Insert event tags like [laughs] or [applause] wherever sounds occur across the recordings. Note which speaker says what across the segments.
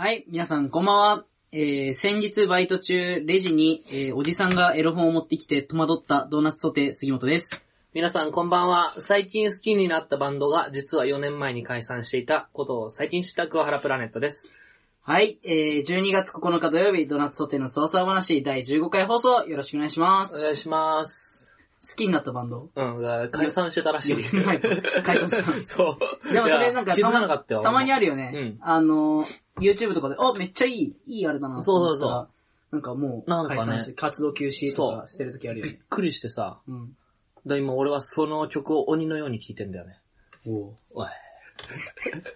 Speaker 1: はい、皆さん、こんばんは。えー、先日バイト中、レジに、えー、おじさんがエロ本を持ってきて戸惑ったドーナツソテー、杉本です。
Speaker 2: 皆さんこんばんは。最近好きになったバンドが実は4年前に解散していたことを最近知った桑原プラネットです。
Speaker 1: はい、えー、12月9日土曜日、ドーナツソテーの操作話、第15回放送、よろしくお願いしま
Speaker 2: お
Speaker 1: す。
Speaker 2: 願いします。
Speaker 1: 好きになったバンド
Speaker 2: うん、が解散してたらしい。
Speaker 1: はい解散したんで
Speaker 2: そう。
Speaker 1: でもそ
Speaker 2: い
Speaker 1: れ
Speaker 2: や
Speaker 1: なんか
Speaker 2: 気づ
Speaker 1: た
Speaker 2: か
Speaker 1: ま
Speaker 2: なかったよ。
Speaker 1: たまにあ
Speaker 2: る。
Speaker 1: るよね。
Speaker 2: うん
Speaker 1: あのー、YouTube とかで、あ、めっちゃいい、いいあれだなと思ったら。そう
Speaker 2: そう
Speaker 1: そう。なんかもう、
Speaker 2: なんかね
Speaker 1: 解散して、活動休止とかしてる時あるよ
Speaker 2: びっ
Speaker 1: ね。
Speaker 2: くりしてさ。
Speaker 1: うん。
Speaker 2: だ今俺はその曲を鬼のように聴いてんだよね。
Speaker 1: お
Speaker 2: お
Speaker 1: [laughs]
Speaker 2: い。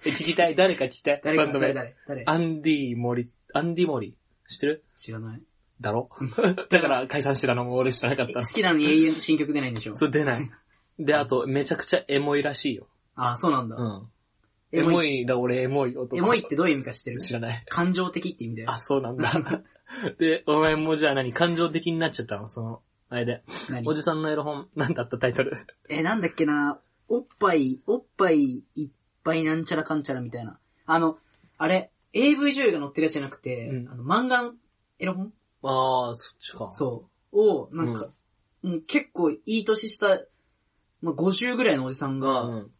Speaker 2: え聞きたい誰か聞きたい
Speaker 1: 誰か、
Speaker 2: バンド名
Speaker 1: 誰、誰、誰
Speaker 2: アンディ・モリ、アンディ・モリ。知ってる
Speaker 1: 知らない。
Speaker 2: だろだから解散してたのも俺知らなかっ
Speaker 1: え
Speaker 2: た
Speaker 1: 好。きなのに永遠と新曲出ないんでしょ
Speaker 2: そう出ない。で、あと、めちゃくちゃエモいらしいよ。
Speaker 1: あ、そうなんだ。
Speaker 2: うん。
Speaker 1: エ
Speaker 2: エ
Speaker 1: モ
Speaker 2: モ
Speaker 1: い。
Speaker 2: いだ、俺エモい男。
Speaker 1: エモいってどういう意味か知ってる
Speaker 2: 知らない。
Speaker 1: 感情的って意味だよ
Speaker 2: [laughs] あ、。そうなんだ。 [laughs] で、お前もうじゃあ何感情的になっちゃったのその、あれで。
Speaker 1: 何
Speaker 2: おじさんのエロ本、なんだったタイトル。
Speaker 1: え、なんだっけな、おっぱい、おっぱいいっぱいなんちゃらかんちゃらみたいな。あの、あれ、AV 女優が載ってるやつじゃなくて、
Speaker 2: うん
Speaker 1: あの漫画、エロ本
Speaker 2: ああ、そっちかそう。
Speaker 1: そう。を、なんか、うん結構いい年した、まあ、50ぐらいのおじさん
Speaker 2: う
Speaker 1: が、
Speaker 2: ん。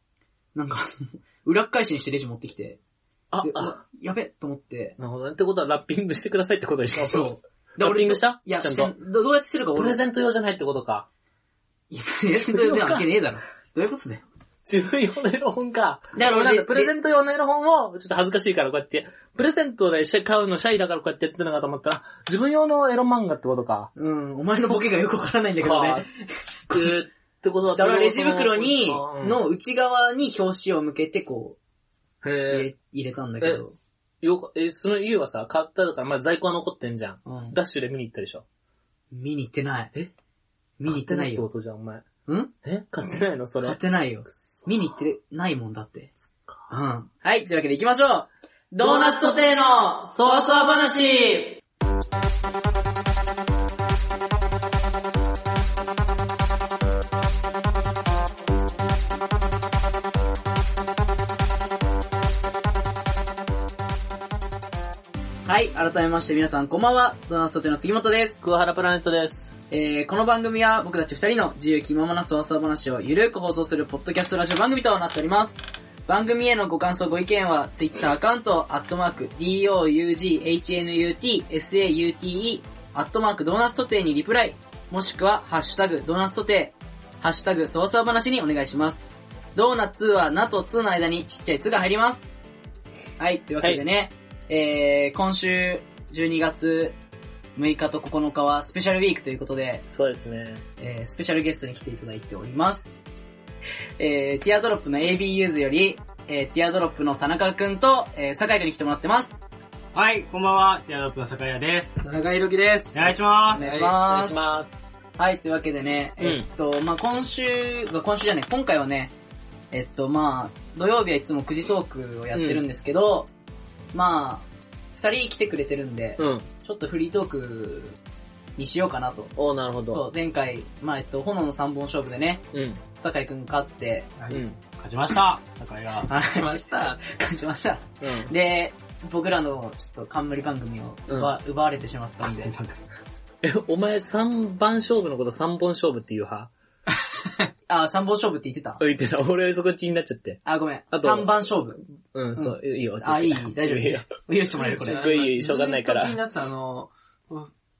Speaker 1: なんか、 [laughs] 裏っ返しにしてレジ持ってきて、
Speaker 2: あ
Speaker 1: で、う
Speaker 2: あ、
Speaker 1: わやべと思って、
Speaker 2: なるほどね。ってことはラッピングしてくださいってことでしょ
Speaker 1: そう。
Speaker 2: ラッピングした
Speaker 1: いや、
Speaker 2: ちゃん
Speaker 1: して
Speaker 2: と。
Speaker 1: んどどうやってするか
Speaker 2: [laughs] プレ
Speaker 1: 俺、
Speaker 2: ゼント用じゃないってことか。
Speaker 1: いや、プレゼントでは開けねえだろ。どういうことだよ。
Speaker 2: 自分用のエロ本か。
Speaker 1: だから俺
Speaker 2: なんかプレゼント用のエロ本を、ちょっと恥ずかしいからこうやって、プレゼントでし買うのシャイだからこうやってやってるのかと思ったら、自分用のエロ漫画ってことか。
Speaker 1: うん、お前のボケがよくわからないんだけどね。
Speaker 2: か。えーってこと [laughs] は
Speaker 1: それはレジ袋に、
Speaker 2: うん
Speaker 1: の内側に表紙を向けてこう、入
Speaker 2: へ
Speaker 1: れ入れたんだけど。
Speaker 2: え、よか、え、その家はさ、買ったから、まだ在庫は残ってんじゃん。
Speaker 1: うん
Speaker 2: ダッシュで見に行ったでしょ。
Speaker 1: 見に行ってない。
Speaker 2: え
Speaker 1: 見に行ってない
Speaker 2: 買
Speaker 1: よ。
Speaker 2: ってってことじゃん、お前。
Speaker 1: ん
Speaker 2: え買ってないのそれ。
Speaker 1: 買ってないよ。見に行ってないもんだって。
Speaker 2: か
Speaker 1: うん。はい、というわけで行きましょうドーナツソテーのソワソワ話はい、改めまして皆さんこんばんは、ドーナツソテーの杉本です。
Speaker 2: 桑原プラネットです。
Speaker 1: えー、この番組は僕たち二人の自由気ままなそわそわ話をゆるく放送するポッドキャストラジオ番組となっております。番組へのご感想ご意見は Twitter アカウント、アットマーク、DOUGHNUT、SAUTE、アットマークドーナツソテーにリプライ、もしくはハッシュタグドーナツソテー、ハッシュタグそわそわ話にお願いします。ドーナツはなとつの間にちっちゃいつが入ります。はい、というわけでね、えー、今週12月6日と9日はスペシャルウィークということで、
Speaker 2: そうですね。
Speaker 1: えースペシャルゲストに来ていただいております。えー、ティアドロップの AB ユーズより、えー、ティアドロップの田中くんと、えー、酒井くんに来てもらってます。
Speaker 3: はい、こんばんは、ティアドロップの酒屋です。
Speaker 1: 田中裕樹です
Speaker 3: お願いしま
Speaker 1: お
Speaker 3: す。
Speaker 1: 願いし
Speaker 2: お
Speaker 1: ま
Speaker 2: 願い
Speaker 1: す。
Speaker 2: します。
Speaker 1: はい、というわけでね、
Speaker 2: うん
Speaker 1: えっと、まあ今週、今週じゃない、今回はね、えっと、まあ土曜日はいつも9時トークをやってるんですけど、まあ二人来てくれてるんで、
Speaker 2: うん。
Speaker 1: ちょっとフリートークにしようかなと。
Speaker 2: おー、なるほ
Speaker 1: そう
Speaker 2: ど。、
Speaker 1: 前回、まあえっと、炎の三本勝負でね、
Speaker 2: うん。
Speaker 1: 酒井くん勝って、
Speaker 3: はい
Speaker 2: うん。
Speaker 3: 勝ちました、酒屋。
Speaker 1: 感じました。感じました。
Speaker 2: うん。
Speaker 1: で、僕らのちょっと冠番組を奪,、奪われてしまったんで。
Speaker 2: え、お前3番勝負のこと3本勝負って言う派
Speaker 1: あ、三本勝負って言ってた
Speaker 2: あ言ってた。俺そこ気になっちゃって。
Speaker 1: あ、ごめん。
Speaker 2: あと
Speaker 1: 三番勝負。
Speaker 2: うん、そう、い [laughs] いよ。
Speaker 1: あ、いい、大丈夫。
Speaker 2: いいよ。
Speaker 1: 許してもらえる、これ。
Speaker 2: すごい、しょうがないか
Speaker 4: ずっと気に
Speaker 2: ら。
Speaker 4: なってたあの、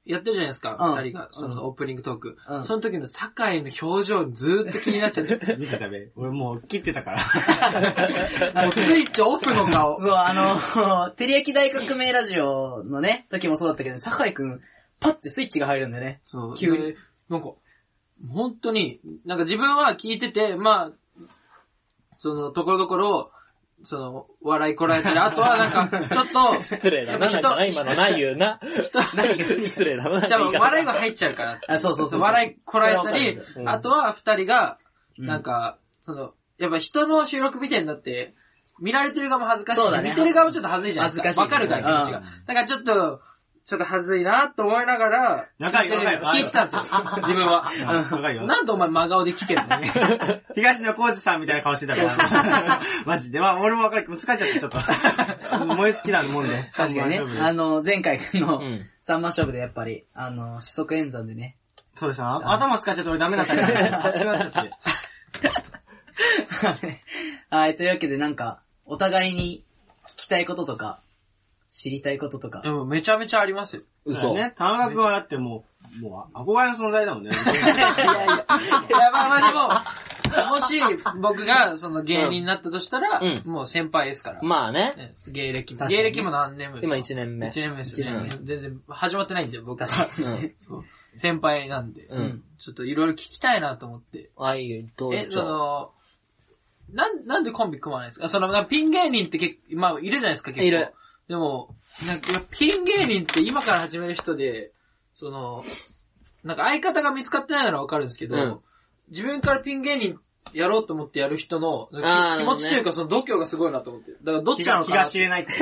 Speaker 4: やってるじゃないですか、
Speaker 1: うん
Speaker 4: 二人が、そのオープニングトーク。
Speaker 1: うん
Speaker 4: その時の酒井の表情ずっと気になっちゃって。
Speaker 1: [laughs]
Speaker 3: 見てたべ。俺もう切ってたから。
Speaker 4: もうスイッチオフの顔。
Speaker 1: [laughs] そう、あの、 [laughs] 照り焼き大革命ラジオのね、時もそうだったけど、酒井くん、パッてスイッチが入るんだよね。
Speaker 4: そう。
Speaker 1: 急に
Speaker 4: でなんか、本当に、なんか自分は聞いてて、まあ、その、ところどころ、その、笑いこらえたり、あとはなんか、ちょ
Speaker 1: [laughs]
Speaker 4: っと、
Speaker 2: 失礼だな、なんかな、今のない言うな。失礼だな、
Speaker 4: じゃあ
Speaker 2: なんか
Speaker 4: 笑いが入っちゃうから。
Speaker 1: あ、そうそう
Speaker 4: [laughs]
Speaker 1: そう。
Speaker 4: 笑いこらえ
Speaker 2: そ
Speaker 4: たり
Speaker 2: れはわかる、うん
Speaker 4: あとは二人が、
Speaker 1: うん
Speaker 4: なんか、その、やっぱ人の収録みたいになって、見られてる側も恥ずかしい
Speaker 1: そうだね
Speaker 4: 見てる側もちょっと恥ずいじゃないですか。
Speaker 1: 恥ずかしい
Speaker 4: わかるから気持ちが。だからちょっと、ちょっと恥ずいなと思いながら、
Speaker 3: 仲いい
Speaker 4: 聞いてる
Speaker 3: 仲いい
Speaker 4: 聞いてたんですよ。 [laughs] 自分は。
Speaker 3: うんわかるよ。
Speaker 4: なんでお前真顔で聞けんの
Speaker 3: 東野幸治さんみたいな顔してたから。マジで。まあ、俺もわかる。もう疲れちゃって、ちょっと。燃え尽きなるもんで。
Speaker 5: 確かにね。
Speaker 3: 三番勝負
Speaker 5: あの、前回の
Speaker 2: うん
Speaker 5: 三番勝負でやっぱり、あの、四則演算でね。
Speaker 3: そうですな。頭使っちゃって俺ダメなタイプだから熱くなっちゃって。
Speaker 5: はい、というわけでなんか、お互いに聞きたいこととか、知りたいこととか
Speaker 4: で。もめちゃめちゃありますよ。
Speaker 2: 嘘。
Speaker 3: ね。田中君はだってもう、もう憧れの存在だもんね。
Speaker 4: いや、まあまあでも、もし僕がその芸人になったとしたら、
Speaker 2: うん
Speaker 4: もう先輩ですから。
Speaker 2: まあね。
Speaker 4: ね芸歴。
Speaker 5: 確かに
Speaker 4: 芸歴も何年目です
Speaker 2: 今
Speaker 4: か
Speaker 2: 1年目
Speaker 4: 一。年目ですよ
Speaker 2: 一
Speaker 4: ね。全然始まってないんで、僕は。
Speaker 2: うん。
Speaker 4: そう。先輩なんで、
Speaker 2: うん
Speaker 4: ちょっといろいろ聞きたいなと思って。
Speaker 2: あいい、どう
Speaker 4: え、
Speaker 2: でし
Speaker 4: そ
Speaker 2: ょう。
Speaker 4: の、なん、なんでコンビ組まないんですかその、なんかピン芸人って結構、まあ、いるじゃないですか、結構。
Speaker 2: いる。
Speaker 4: でも、なんか、ピン芸人って今から始める人で、その、なんか相方が見つかってないならわかるんですけど、
Speaker 2: うん
Speaker 4: 自分からピン芸人やろうと思ってやる人の、
Speaker 2: あー
Speaker 4: 気気持ちというかその度胸がすごいなと思って。だからどっち
Speaker 3: 気
Speaker 4: な
Speaker 3: が
Speaker 4: の
Speaker 3: 気
Speaker 4: かな
Speaker 3: が
Speaker 4: って
Speaker 3: 知。れないって。
Speaker 4: 気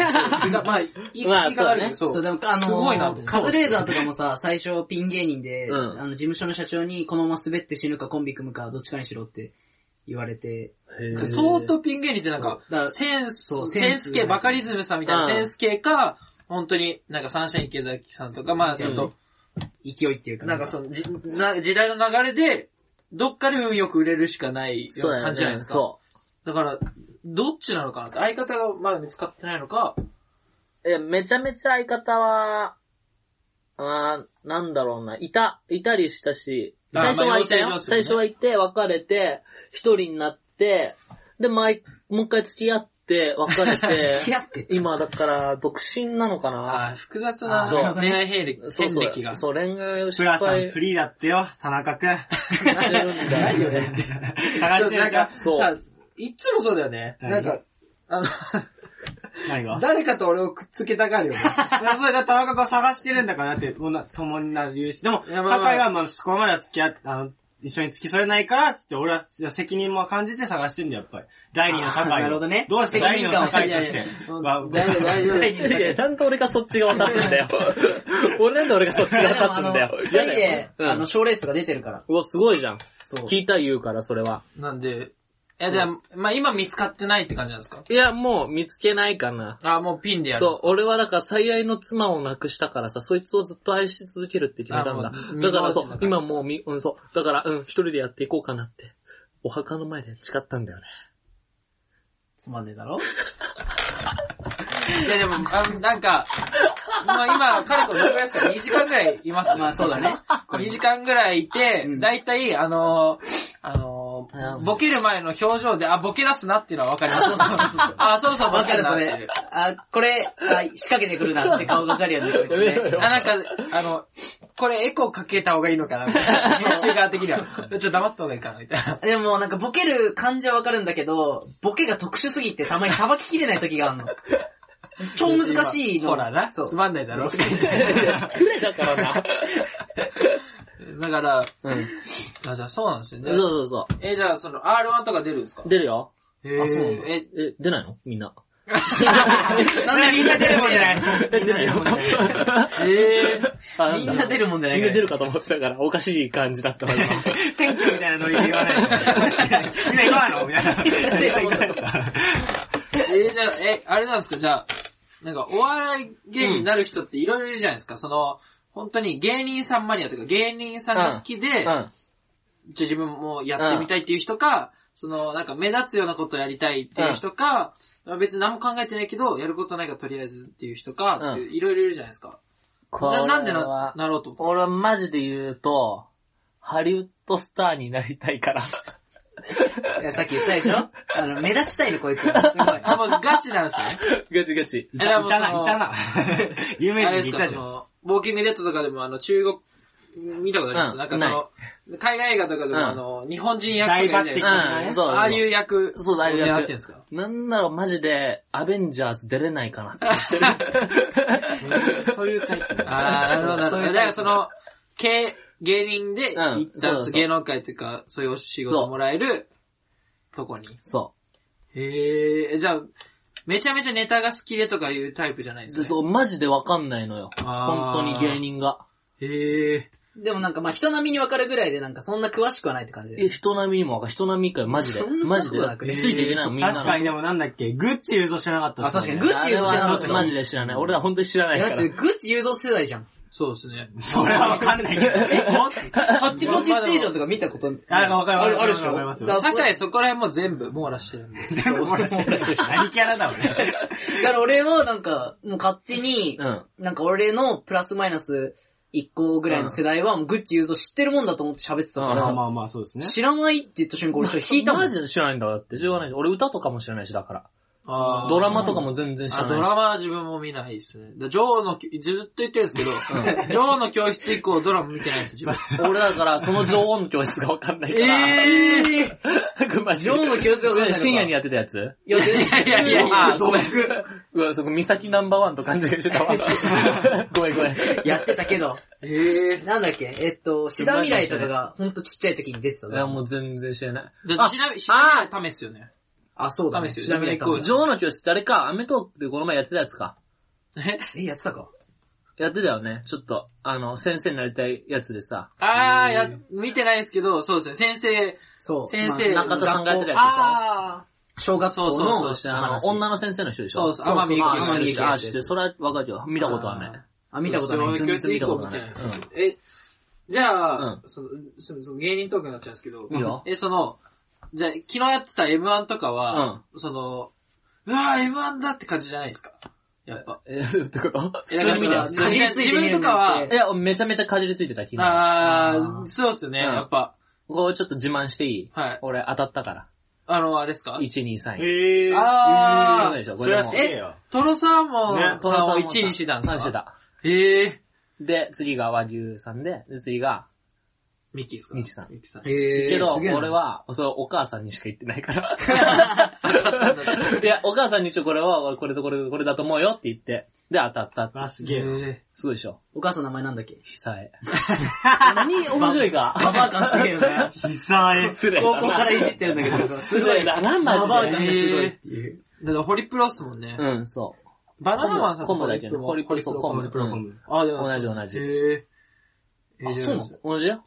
Speaker 4: がまあ、いい、
Speaker 2: まあ
Speaker 4: 言い方あるけど
Speaker 2: そ
Speaker 5: そう、でも、あのー
Speaker 4: すごいなと思って
Speaker 5: カズレーザーとかもさ、最初ピン芸人で、
Speaker 2: うん
Speaker 5: あの、事務所の社長にこのまま滑って死ぬかコンビ組むかどっちかにしろって言われて、
Speaker 2: へー
Speaker 4: 相当ピン芸人ってなんか、
Speaker 5: だから
Speaker 4: センス
Speaker 5: そう、
Speaker 4: センス
Speaker 5: セン
Speaker 4: 系、
Speaker 5: ス
Speaker 4: バカリズムさんみたいな
Speaker 2: うん
Speaker 4: センス系か、本当になんかサンシャイン池崎さんとか、まあちょっと、
Speaker 5: 勢いっていうか
Speaker 4: なんかその、じな時代の流れで、どっかで運よく売れるしかないよ
Speaker 2: そうう
Speaker 4: な
Speaker 2: や
Speaker 4: 感
Speaker 2: ね。
Speaker 4: じじゃないですか。
Speaker 2: そ
Speaker 4: だから、どっちなのかなって、相方がまだ見つかってないのか、
Speaker 2: う。え、めちゃめちゃ相方は、あーなんだろうな、いた、いたりしたし、
Speaker 4: あー
Speaker 2: 最初はいた
Speaker 4: まあ
Speaker 2: よ。
Speaker 4: 養成所
Speaker 2: 最
Speaker 4: です
Speaker 2: 初
Speaker 4: よね
Speaker 2: はいて、別れて、一人になって、で、毎、もう一回付き合って、別
Speaker 4: [laughs]
Speaker 2: れ
Speaker 5: 付き合
Speaker 2: て、
Speaker 5: って。
Speaker 2: 今だから、独身なのかな。
Speaker 4: ああ、複雑
Speaker 5: あ
Speaker 4: な
Speaker 2: そう
Speaker 4: 恋愛経歴、
Speaker 2: そう
Speaker 4: 遍
Speaker 2: そ
Speaker 4: 歴が。
Speaker 2: う。そう、恋愛を
Speaker 3: フ
Speaker 2: 失
Speaker 3: ラさん、
Speaker 2: 敗
Speaker 3: フリーだってよ、田中君。
Speaker 2: してるんだ
Speaker 4: ないよ
Speaker 2: よ。
Speaker 4: ね。
Speaker 3: 探
Speaker 4: ちょ
Speaker 3: し
Speaker 4: って
Speaker 3: る
Speaker 4: とな
Speaker 3: でし
Speaker 4: ん
Speaker 3: ょ
Speaker 4: か、
Speaker 2: そう
Speaker 4: さ、いつもそうだよね。
Speaker 3: 何
Speaker 4: なんか、あ
Speaker 3: 何が
Speaker 4: の、誰かと俺をくっつけたがるよね。
Speaker 3: それはそれで田中が探してるんだからって、こんな共になる理由し。でも、
Speaker 4: いや
Speaker 3: 酒
Speaker 4: まあまあ
Speaker 3: 井がまあそこまでは付き合って、あの、一緒に付き添えないから、つって俺は責任も感じて探してんだよ、やっぱり。第二の酒井を。
Speaker 5: あーなるほどね
Speaker 3: どうして
Speaker 5: 責
Speaker 3: 第二
Speaker 5: 任
Speaker 3: の
Speaker 5: 感を
Speaker 3: 酒井として
Speaker 4: いやいやいや。
Speaker 3: まあ
Speaker 4: 大丈夫大丈夫
Speaker 5: 第二の
Speaker 2: いや、なんで俺が [laughs] そっち側立つんだ [laughs] よ。俺なんで俺がそっち側立つんだよ
Speaker 5: でもあの。二人
Speaker 2: 嫌だよ
Speaker 5: で、あの、賞レースとか出てるから。
Speaker 2: うわ、すごいじゃん。
Speaker 5: そう。
Speaker 2: 聞いた言うから、それは。
Speaker 4: なんで、え、でも、まあ今見つかってないって感じなんですか
Speaker 2: いや、もう見つけないかな。
Speaker 4: あ、もうピンでやるん
Speaker 2: そう
Speaker 4: です、
Speaker 2: 俺はだから最愛の妻を亡くしたからさ、そいつをずっと愛し続けるって決めたんだ
Speaker 4: あも。う
Speaker 2: だからそう
Speaker 4: 見直し、てなか
Speaker 2: 今
Speaker 4: った
Speaker 2: もうみ、うん、そう。だから、うん、一人でやっていこうかなって。お墓の前で誓ったんだよ [laughs] ね。
Speaker 5: つまんねえだ
Speaker 4: [laughs]
Speaker 5: ろ
Speaker 4: いやでも、あなんか、まあ今、彼とどれくらいですか ?2 時間ぐらいいます
Speaker 5: まあそうだね。
Speaker 4: 2時間ぐらいいて
Speaker 5: うん、
Speaker 4: だいたい、あのー、あの
Speaker 2: あ
Speaker 4: ー、ボケる前の表情で、あ、ボケ出すなっていうのはわかります。 [laughs] あ、そうそう、
Speaker 5: わ
Speaker 4: ボ
Speaker 5: か
Speaker 4: ケ
Speaker 5: る
Speaker 4: る
Speaker 5: そ
Speaker 4: なってい
Speaker 5: れ
Speaker 4: う。。
Speaker 5: あ、これ、あ仕掛けてくるなって顔がかるやつ
Speaker 2: やめ
Speaker 5: で
Speaker 4: [laughs]
Speaker 2: ろ
Speaker 5: すね。
Speaker 4: あ、
Speaker 2: よ。
Speaker 4: なんか、あの、これエコーかけた方がいいのかなみたいな。編集側的
Speaker 5: [laughs]
Speaker 4: には。ちょっと黙った方がいいかなみたいな。
Speaker 5: でもなんかボケる感じはわかるんだけど、ボケが特殊すぎてたまにさばききれない時があるの。超難しいの。
Speaker 4: ほらな、
Speaker 5: そう
Speaker 4: つ。まんないだ
Speaker 5: [laughs]
Speaker 4: ろ。
Speaker 2: 失礼だからな。
Speaker 4: だから、
Speaker 2: [laughs] うん。
Speaker 4: あ、じゃあそうなんですよ
Speaker 2: そ
Speaker 4: ね
Speaker 2: う。そうそ
Speaker 4: え、じゃあその R1 とか出るんですか
Speaker 2: う。出るよ。
Speaker 4: へー
Speaker 5: あそうなんだ
Speaker 4: え、
Speaker 2: え、出ないのみんな。
Speaker 5: なんでみんな出るもんじゃない
Speaker 2: え、出ないよ。
Speaker 5: えー
Speaker 2: あな
Speaker 5: み
Speaker 2: んだ
Speaker 5: んな出るもんじゃな
Speaker 2: み
Speaker 5: い
Speaker 2: んな出るかと思ってたから、おかしい感じだったわ今
Speaker 3: 選挙みたいなノリで言わないで。みんな言わんのみたいな。
Speaker 4: えじゃあ、え、あれなんですかじゃあ、なんかお笑い芸人になる人っていろいろいるじゃないですか。その、本当に芸人さんマニアというか、芸人さんが好きで、じゃあ
Speaker 2: うん。
Speaker 4: 自分もやってみたいっていう人か、その、なんか目立つようなことをやりたいっていう人か、別に何も考えてないけど、やることないからとりあえずっていう人か、
Speaker 2: うん
Speaker 4: いろいろいるじゃないですか。
Speaker 2: これ
Speaker 4: な
Speaker 2: は
Speaker 4: なんでななろうと思った
Speaker 2: 俺はマジで言うと、ハリウッドスターになりたいから。
Speaker 5: いやさっき言ったでし
Speaker 1: [laughs]
Speaker 5: ょあの、目立ちたいのこいつ。すご
Speaker 4: [laughs]
Speaker 5: い。
Speaker 4: あ、もうガチなんですね。
Speaker 2: [laughs] ガチガチ。
Speaker 3: いたな、いたな。有名
Speaker 4: あれ
Speaker 3: 人
Speaker 4: です
Speaker 3: い
Speaker 4: か、
Speaker 3: た
Speaker 4: そ
Speaker 3: じゃん。
Speaker 4: の、ウォーキングデッドとかでもあの、中国、見たことあります、
Speaker 2: うん
Speaker 4: なんかその、海外映画とか
Speaker 2: う
Speaker 4: でも、
Speaker 2: ん
Speaker 4: あの、日本人役とかいるじゃないですか。
Speaker 2: 大抜擢とかね
Speaker 4: ああいう役、
Speaker 2: そうだ、ああいう
Speaker 4: 狙っ
Speaker 2: 役
Speaker 4: てんですか
Speaker 2: なんならマジで、アベンジャーズ出れないかなって言ってる。
Speaker 3: そういうタイプ。
Speaker 4: ああ、なるほど、なるほ
Speaker 5: そう
Speaker 4: ど。
Speaker 5: いう
Speaker 4: だからその、芸、芸人で、
Speaker 2: うん
Speaker 4: 一
Speaker 2: そうそう
Speaker 4: 旦芸能界というか、そういうお仕事もらえる、とこに。
Speaker 2: そ
Speaker 4: へえ、じゃあ、めちゃめちゃネタが好きでとかいうタイプじゃないです
Speaker 2: で
Speaker 4: ね。
Speaker 2: そう、マジでわかんないのよ。
Speaker 4: あー
Speaker 2: 本当に芸。人が。
Speaker 4: へえ。
Speaker 1: でもなんかまあ人並みに分かるぐらいでなんかそんな詳しくはないって感じ
Speaker 2: え、
Speaker 1: で。
Speaker 2: 人並みにもわかん人並みかよ、マジで。
Speaker 1: そんなこと
Speaker 2: マジで。
Speaker 1: なくね
Speaker 2: ついていけないもん、みんなの。
Speaker 3: 確かにでもなんだっけ、グッチ言うぞ知らなかったっすよ
Speaker 1: あ確かにグッ
Speaker 2: あ
Speaker 1: チ
Speaker 2: れ
Speaker 1: 言うぞ知らなか
Speaker 2: は
Speaker 1: った
Speaker 2: マジで知らない。俺ら本当に知らない
Speaker 1: だ
Speaker 2: か
Speaker 1: って
Speaker 2: ら。
Speaker 1: グッチ誘導世代じゃん。
Speaker 4: そうですね。
Speaker 3: それはわかんないけ
Speaker 2: [laughs]
Speaker 3: ど。
Speaker 1: ハッチポッチステーションとか見たこと
Speaker 3: あ、わかる
Speaker 1: あ
Speaker 3: わか
Speaker 1: る
Speaker 3: る。
Speaker 1: あるでし
Speaker 3: わかります
Speaker 1: ょ。
Speaker 3: よ。
Speaker 1: だから
Speaker 4: 酒井そこら辺も全部網羅してるんで。
Speaker 3: 全部漏らしてる。何キャラだろうね。 [laughs]
Speaker 1: だから俺もなんか、もう勝手に、
Speaker 2: うん。
Speaker 1: なんか俺のプラスマイナス1個ぐらいの世代はもうグッチ言うぞ知ってるもんだと思って喋ってたか
Speaker 3: ま
Speaker 1: ら、
Speaker 3: あまあまあ、そうですね。
Speaker 1: 知らないって言った瞬間俺ちょっと引いたも
Speaker 2: マ
Speaker 1: ん。
Speaker 2: [laughs] ジで知らないんだ、だって。しょうがない。俺歌とかも知らないし、だから。
Speaker 4: あー
Speaker 2: ドラマとかも全然知
Speaker 4: あ、
Speaker 2: ら
Speaker 4: ド
Speaker 2: ないし。
Speaker 4: ラマは自分も見ないですね。だジョーの、ずっと言ってるんですけど、ジョーの教室以降ドラマ見てないです、
Speaker 2: [laughs]
Speaker 4: 自分。
Speaker 2: 俺だから、その女王の教室がわかんないから。
Speaker 1: [laughs] えぇ
Speaker 2: [laughs] ー、マジで
Speaker 1: 女王の教室がわかんないのか
Speaker 2: 深夜にやってたやつ
Speaker 1: いや、いやいやいや
Speaker 2: あ、ごめん。うわ、そこ、三崎ナンバーワンと勘違いして
Speaker 1: [laughs]
Speaker 2: たわ。ごめんごめん。い
Speaker 1: やってたけど、
Speaker 4: ええ。
Speaker 1: なんだっけ、えっと、シダ未来とかがほんとちっちゃい時に出てたの
Speaker 2: や、もう全然知らない。
Speaker 4: だ
Speaker 2: あ
Speaker 4: ちなみに、ちなみに試すよね。
Speaker 1: あ、そうだね。
Speaker 4: 試して
Speaker 1: シダ未来
Speaker 4: シダ未来
Speaker 1: か。
Speaker 4: 行
Speaker 2: 女王の教室、あれか、アメトークでこの前やってたやつか。
Speaker 4: え
Speaker 1: え、やってたか。
Speaker 2: やってたよね。ちょっと、あの、先生になりたいやつでさ。
Speaker 4: [laughs] あー、や、見てないですけど、そうですね、先生、
Speaker 1: そう。
Speaker 4: 先
Speaker 1: まあ
Speaker 4: 生、
Speaker 2: 中田さんがやってたやつ
Speaker 4: あ
Speaker 1: 小学校
Speaker 4: そうそう
Speaker 2: そ
Speaker 1: の
Speaker 2: して、あの、女の先生の人でしょ
Speaker 4: そうそう
Speaker 2: あ、
Speaker 4: 天海
Speaker 1: 希
Speaker 4: 祐
Speaker 2: あ
Speaker 1: 天海祐希
Speaker 2: あ、知ってるそれはわかるよ。見たことはない。
Speaker 1: あ、
Speaker 4: ー
Speaker 1: 見たことない。
Speaker 4: そう
Speaker 2: 全然見たこと
Speaker 4: 教室
Speaker 2: ない
Speaker 4: 以降見てないです。え、じゃあ
Speaker 2: う、
Speaker 4: その、そのその芸人トークになっちゃうんですけど
Speaker 2: いいよ、
Speaker 4: え、その、じゃあ、昨日やってた M1 とかは、その、うわー M1 だって感じじゃないですか。やっぱ。
Speaker 2: え、ってこと普
Speaker 4: いやだから
Speaker 2: 通に見たよ
Speaker 4: そ。
Speaker 1: かじりついてみるんだっ
Speaker 2: い
Speaker 1: て
Speaker 2: や、めちゃめちゃかじりついてた、昨日。
Speaker 4: あ
Speaker 1: あー
Speaker 4: ー、そうっすよね、
Speaker 2: うん
Speaker 4: やっぱ。
Speaker 2: ここちょっと自慢していい
Speaker 4: はい。
Speaker 2: 俺当たったから。
Speaker 4: あの、あれですか
Speaker 2: 1、2、3位。
Speaker 3: えー。
Speaker 2: そ
Speaker 4: あ
Speaker 2: うで
Speaker 4: ー、
Speaker 2: しょ、こ
Speaker 3: そ
Speaker 2: れ
Speaker 3: れ
Speaker 2: で
Speaker 3: は
Speaker 2: も
Speaker 3: す。げえよ。
Speaker 4: トロサーモ
Speaker 3: ね
Speaker 4: ン
Speaker 2: トラさん
Speaker 4: を
Speaker 2: もさ
Speaker 4: 1位にしてたんで
Speaker 2: あし
Speaker 4: す
Speaker 2: て
Speaker 4: か
Speaker 2: た。
Speaker 4: えー、
Speaker 2: で、次が和牛さんで、で次が、
Speaker 4: ミキですか
Speaker 2: ミキさん
Speaker 4: ミキさん。
Speaker 1: え
Speaker 2: けど、
Speaker 1: すげえな
Speaker 2: 俺は、それお母さんにしか言ってないから。 [laughs] いや、お母さんに一応これは、俺これとこれとこれだと思うよって言って、で、当たったって。
Speaker 3: あ、すげえよ。
Speaker 4: え
Speaker 2: すごいでしょ。
Speaker 1: お母さんの名前なんだっけ
Speaker 2: 被災。何面白い
Speaker 1: バ
Speaker 2: か。
Speaker 1: バア感すげえよね。
Speaker 3: ひさえ。
Speaker 2: 失礼だ
Speaker 1: 高
Speaker 2: な
Speaker 1: 校からいじってるんだけど、す
Speaker 2: 失
Speaker 1: ご
Speaker 2: 礼
Speaker 1: い。
Speaker 2: だな、マ
Speaker 1: バ
Speaker 2: ジ
Speaker 1: バア感
Speaker 2: で
Speaker 1: がすごいっていう。
Speaker 4: ー、だからホリプロっすもんね。
Speaker 2: うん、そう。
Speaker 4: バナナマンさん
Speaker 2: コンボだけど
Speaker 4: も
Speaker 2: ホリプロそうコンボ
Speaker 4: ホリプ
Speaker 3: プ
Speaker 4: ロ
Speaker 3: ロコム。
Speaker 4: あ、でも
Speaker 2: 同じ同じ。
Speaker 4: えー。
Speaker 1: あそうなの
Speaker 2: 同じよ。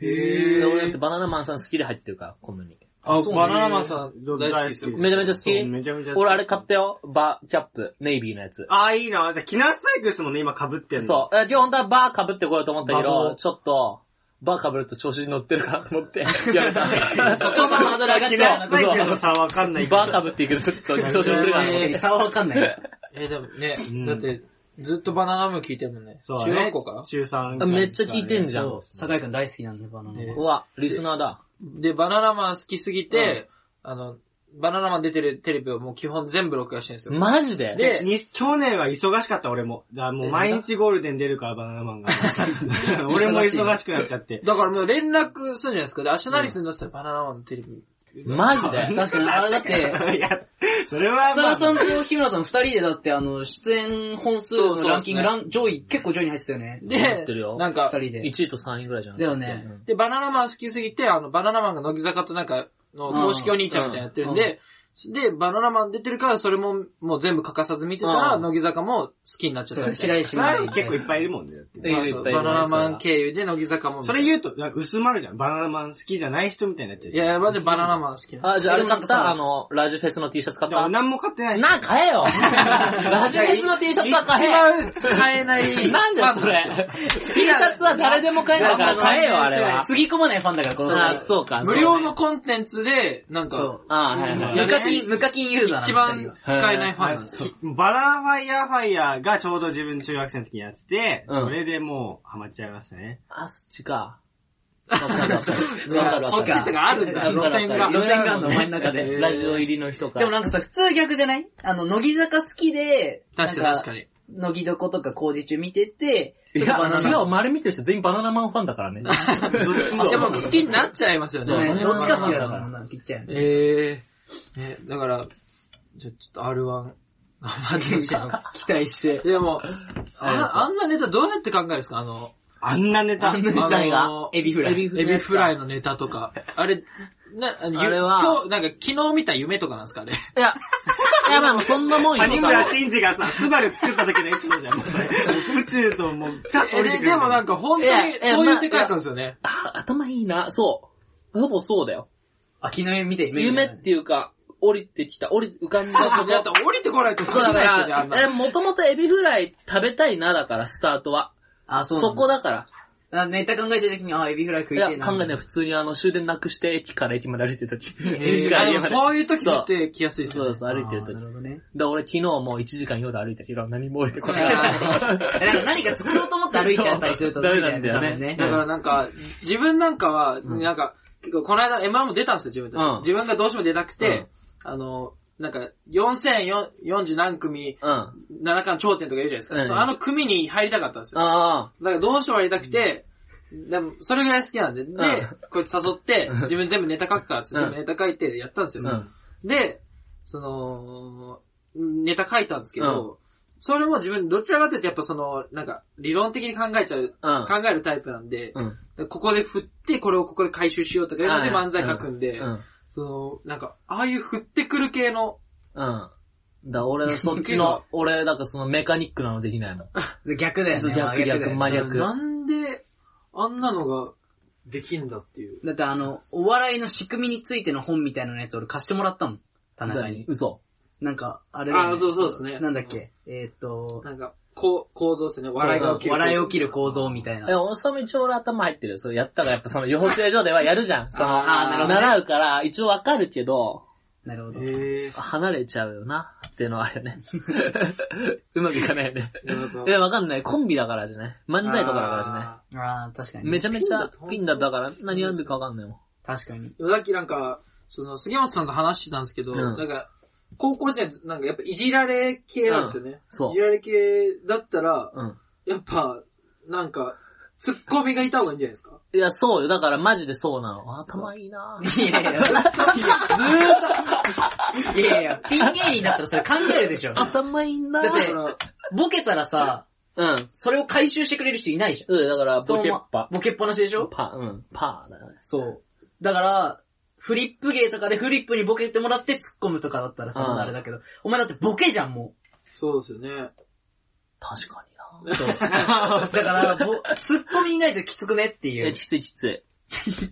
Speaker 4: へ
Speaker 2: で俺だって
Speaker 4: ー。
Speaker 2: バナナマンさん好きで入ってるから、コムに。
Speaker 4: あ、
Speaker 3: そうね
Speaker 4: バナナマンさん大好きですよ。
Speaker 2: めちゃめちゃ好
Speaker 3: そう
Speaker 2: き
Speaker 3: めちゃめちゃ好き。
Speaker 2: 俺あれ買ったよ。バーキャップ、ネイビーのやつ。
Speaker 3: あー、いいな。だってキナースサイクルですもんね、今被ってんの。
Speaker 2: そう。え今日本当はバー被ってこようと思ったけ
Speaker 3: バボ
Speaker 2: ど、
Speaker 3: ー
Speaker 2: ちょっと、バー被ると調子に乗ってるかなと思って、やめた。
Speaker 1: お父さんのハードル上がっ
Speaker 3: キ
Speaker 1: ちゃうな
Speaker 3: ナースサイクルの差わかんない
Speaker 2: バー被っていくとちょっと調子乗ってるかなと
Speaker 1: 確
Speaker 2: 思
Speaker 1: か [laughs]
Speaker 2: っ
Speaker 1: に
Speaker 2: て。
Speaker 1: 差はわかんない。
Speaker 4: えー、でも
Speaker 3: うん
Speaker 4: ね、だって、ずっとバナナム聞いてるもんね。
Speaker 3: そうだ
Speaker 4: 中
Speaker 3: ね
Speaker 4: 学校から
Speaker 3: 中3
Speaker 2: あめっちゃ聞いてんじゃん
Speaker 1: そう、酒井くん大好きなんだよ、バナナ
Speaker 4: ね
Speaker 2: うわ、リスナーだ。
Speaker 4: で、バナナマン好きすぎて、あの、バナナマン出てるテレビをもう基本全部録画してるんですよ。
Speaker 2: マジで
Speaker 3: で、に去年は忙しかった、俺も。だからもう毎日ゴールデン出るから、バナナマンが。 [laughs] 俺も忙しくなっちゃって。
Speaker 4: だからもう連絡するじゃないですか。で、アシュナリスに載せたらバナナマンのテレビ。
Speaker 2: マジで
Speaker 1: 確かに、あれだって、
Speaker 3: いや、それは、
Speaker 1: 設楽さ
Speaker 3: あ
Speaker 1: んと日村さん二人でだって、あの、出演本数のランキング、
Speaker 4: そう
Speaker 1: ラン上位、結構上位に入ってたよね。
Speaker 2: やっ
Speaker 4: で
Speaker 2: てるよ、
Speaker 4: なん
Speaker 1: 二
Speaker 4: か
Speaker 1: 人、で。
Speaker 2: ?1 位と3位ぐらいじゃん。
Speaker 1: だよね
Speaker 2: うん
Speaker 4: で、バナナマン好きすぎて、あの、バナナマンが乃木坂となんか、の公式お兄ちゃんみたいなのやってるん
Speaker 1: うん
Speaker 4: で、で、バナナマン出てるから、それも、もう全部欠かさず見てたら、
Speaker 2: うん
Speaker 4: 乃木坂も好きになっちゃったみたいな。
Speaker 1: 白石
Speaker 3: それは
Speaker 1: 麻衣
Speaker 3: 結構いっぱいいるもんね。だって
Speaker 2: いるいっぱいいる
Speaker 4: バナナマン経由で乃木坂も見て。
Speaker 3: それ言うと、なんか薄まるじゃん。バナナマン好きじゃない人みたいになっちゃう
Speaker 4: い
Speaker 3: じゃん。
Speaker 4: や、やばでバナナマン好きなの
Speaker 2: あ、じゃああれ買っ
Speaker 1: でもなんか
Speaker 2: た
Speaker 1: さ
Speaker 2: あの、ラジフェスの T シャツ買っ
Speaker 3: でも
Speaker 2: た
Speaker 3: 何も買ってないし。
Speaker 2: な、買えよラジフェスの T シャツは買え
Speaker 4: 一番使
Speaker 1: [laughs]
Speaker 4: えない。
Speaker 2: なんだよそれ。T シャツは誰でも買えるんだから買えよ、あれは。
Speaker 1: つぎ込まないファンだから、この
Speaker 2: あ、そうか。
Speaker 4: 無料のコンテンツで、なん
Speaker 1: そ
Speaker 4: か
Speaker 1: う、。
Speaker 2: あはいはい。
Speaker 1: 無課金、無課金ユーザーなんだ
Speaker 4: 一
Speaker 1: 二人
Speaker 4: 番
Speaker 1: は
Speaker 4: 使えないファンなんですよ。
Speaker 3: きバナナファイヤーファイヤーがちょうど自分中学生の時にやってて、
Speaker 2: うん
Speaker 3: それでもうハマっちゃいましたね。
Speaker 2: あ、そっちか。わかるわかる。わかるわ
Speaker 4: そっち
Speaker 2: か
Speaker 4: と
Speaker 2: る。
Speaker 4: かあるんだ、
Speaker 2: わ
Speaker 4: 路
Speaker 2: かる
Speaker 4: 線
Speaker 2: わ
Speaker 4: が。
Speaker 2: かる
Speaker 1: 路線があるの、お前の中
Speaker 4: え
Speaker 1: で [laughs]
Speaker 4: ー。
Speaker 2: ラジオ入りの人か。
Speaker 1: でもなんかさ、普通は逆じゃないあの、乃木坂好きで、
Speaker 4: 確かに
Speaker 1: なん
Speaker 4: 確かに。
Speaker 1: 乃木床とか工事中見てて、
Speaker 2: い
Speaker 1: ちょっとバ
Speaker 2: や
Speaker 1: ナ、ナ
Speaker 2: 違う、丸見てる人全員バナナマンファンだからね。
Speaker 4: あでも好きになっちゃいますよ
Speaker 1: そう
Speaker 2: そう
Speaker 1: ね、
Speaker 4: ね。
Speaker 1: どっちか好きだから、なんか言っちゃうよね。
Speaker 4: ええー。ね、だから、じゃあちょっと R1、生
Speaker 1: [laughs]
Speaker 4: 電車の。
Speaker 1: 期待して。
Speaker 4: でも、ああんなネタどうやって考えるんですかあの、
Speaker 3: あんなネタ。
Speaker 4: あの
Speaker 2: 何が
Speaker 1: エビフライ
Speaker 4: エビフライのネタとか。あれ、な、あの
Speaker 2: あれは
Speaker 4: 今日、なんか昨日見た夢とかなんですかね。
Speaker 2: いや、いや、まあもうそんなもんよ。
Speaker 3: 谷村新司がさ、スバル作った時のエピソードじゃん、もうそれ。宇宙ともう、ちゃっと降
Speaker 4: え、
Speaker 3: りて
Speaker 4: で
Speaker 3: くる。
Speaker 4: でもなんか本当
Speaker 2: いやい
Speaker 4: に、
Speaker 2: や
Speaker 4: そういう
Speaker 2: まあ
Speaker 4: 世界観ですよね。
Speaker 2: あ、頭いいな、そう。ほぼそうだよ。
Speaker 1: 秋の夢見て夢
Speaker 2: 夢っていうか、降りてきた、降り、浮かんだ
Speaker 4: だ
Speaker 2: こ
Speaker 4: っ
Speaker 2: と。
Speaker 4: てだって降りてこないと
Speaker 2: そうだか
Speaker 4: 人じゃんあん
Speaker 2: ら、
Speaker 4: な
Speaker 2: え、もともとエビフライ食べたいなだから、スタートは。
Speaker 1: あ、そう
Speaker 2: そ
Speaker 1: なんだ
Speaker 2: こだから。
Speaker 1: あネタ考えてる時に、あ、エビフライ食い
Speaker 2: い
Speaker 1: て
Speaker 2: や
Speaker 1: え、な。
Speaker 2: 考えない。普通にあの、終電なくして、駅から駅まで歩いてる時。
Speaker 1: ー
Speaker 2: 駅から
Speaker 4: あ
Speaker 2: 家
Speaker 4: でも
Speaker 2: まで。
Speaker 4: そういう時って来やすいです
Speaker 2: そう
Speaker 4: よ
Speaker 2: で
Speaker 4: ね。
Speaker 2: す、歩いてる
Speaker 1: あな
Speaker 2: 時。
Speaker 1: るほどね。
Speaker 2: で、俺昨日もう1時間夜歩いたけど、何も降りてこな
Speaker 1: あ
Speaker 2: い。
Speaker 1: ーなんか何か作ろうと思って歩いちゃったりすると
Speaker 2: そうダメなんだよね
Speaker 1: ダメ
Speaker 4: だからなんか、自分なんかは、
Speaker 1: うん
Speaker 4: なんか、結構この間 M1 も出たんですよ、自分で。
Speaker 2: うん
Speaker 4: 自分がどうしても出たくて、あの、なんか、4040何組、
Speaker 2: [laughs] うん。あ
Speaker 4: 七冠頂点とか言うじゃないですか。
Speaker 2: うん
Speaker 4: そうあの組に入りたかったんですよ。
Speaker 2: あ
Speaker 4: だからどうしても入りたくて、でも、それぐらい好きなんで、で
Speaker 2: うん、
Speaker 4: こいつ誘って、自分全部ネタ書くからっつって、
Speaker 2: うん
Speaker 4: ネタ書いてやったんです
Speaker 2: ー。
Speaker 4: よ。
Speaker 2: うん。
Speaker 4: で、その、ネタ書いたんですけど、それも自分、どちらかというとやっぱその、なんか、理論的に考えちゃう、
Speaker 2: うん。
Speaker 4: 考えるタイプなんで、
Speaker 2: うん。
Speaker 4: でここで振って、これをここで回収しようとかいうので
Speaker 2: はい
Speaker 4: 漫才書くんで、
Speaker 2: うん。
Speaker 4: その、なんか、ああいう振ってくる系の、
Speaker 2: うん。だ、俺、そっちの、俺、なんかそのメカニックなのできないの。
Speaker 1: ね。逆だよ
Speaker 2: そう
Speaker 1: ね。
Speaker 2: 逆
Speaker 1: 逆だ
Speaker 2: 逆、
Speaker 1: よ
Speaker 2: 真逆。
Speaker 4: なんで、あんなのができんだっていう。
Speaker 1: だってあの、お笑いの仕組みについての本みたいなやつ俺貸してもらったもん。田中に。
Speaker 2: 嘘。
Speaker 1: なんか、あれだよね
Speaker 4: ああ、そうそうですね。
Speaker 1: なんだっけえーっと、
Speaker 4: なんか、こう、構造ですね。笑いが起きる。
Speaker 1: 笑い起きる構造みたい
Speaker 2: え、
Speaker 1: な。
Speaker 2: おさみちょ俺頭入ってるよ。それやったらやっぱその養成所ではやるじゃん。その、
Speaker 4: あ
Speaker 1: ーなるほどね
Speaker 2: 習うから、一応わかるけど、
Speaker 1: なるほど。
Speaker 4: え
Speaker 2: 離れちゃうよな、っていうのはあるよね。 [laughs] うまくいかないよね。
Speaker 4: ー。やっぱ
Speaker 2: え、わかんない。コンビだからじゃない漫才とかだからじゃな
Speaker 1: ああ、確か
Speaker 2: い
Speaker 1: に
Speaker 2: め
Speaker 1: ね。
Speaker 2: ちゃめちゃピンだったから何やるかわかんないもん。
Speaker 1: 確かに。
Speaker 4: あーさっきなんか、その、杉本さんと話してたんですけど、
Speaker 2: うん
Speaker 4: なんか、高校時代、なんかやっぱいじられ系なんですよね。
Speaker 2: そう
Speaker 4: いじられ系だったら、
Speaker 2: うん。
Speaker 4: やっぱ、なんか、ツッコミがいた方がいいんじゃないですか。
Speaker 2: いや、そうよ。だからマジでそうなの。頭いいない
Speaker 1: やいや、いやいや、ピン芸人だったらそれ考えるでしょ。だっ
Speaker 2: 頭いいな
Speaker 1: て
Speaker 4: だか、ら
Speaker 1: ボケたらさ、
Speaker 2: うん。
Speaker 1: それを回収してくれる人いないじゃん。
Speaker 2: うん、だから、ボケっぱ。
Speaker 1: ボケっぱなしでしょ
Speaker 2: パ、うん、パーだよね。
Speaker 1: そう。だから、フリップ芸とかでフリップにボケてもらって突っ込むとかだったらさ、
Speaker 2: うん
Speaker 1: まだあれだけど、お前だってボケじゃん、も
Speaker 4: そうですよね。
Speaker 2: 確かにな
Speaker 1: う。そう。だから、ぼ突っ込みいないときつくねってい
Speaker 2: え、
Speaker 1: う。
Speaker 2: きついきつい。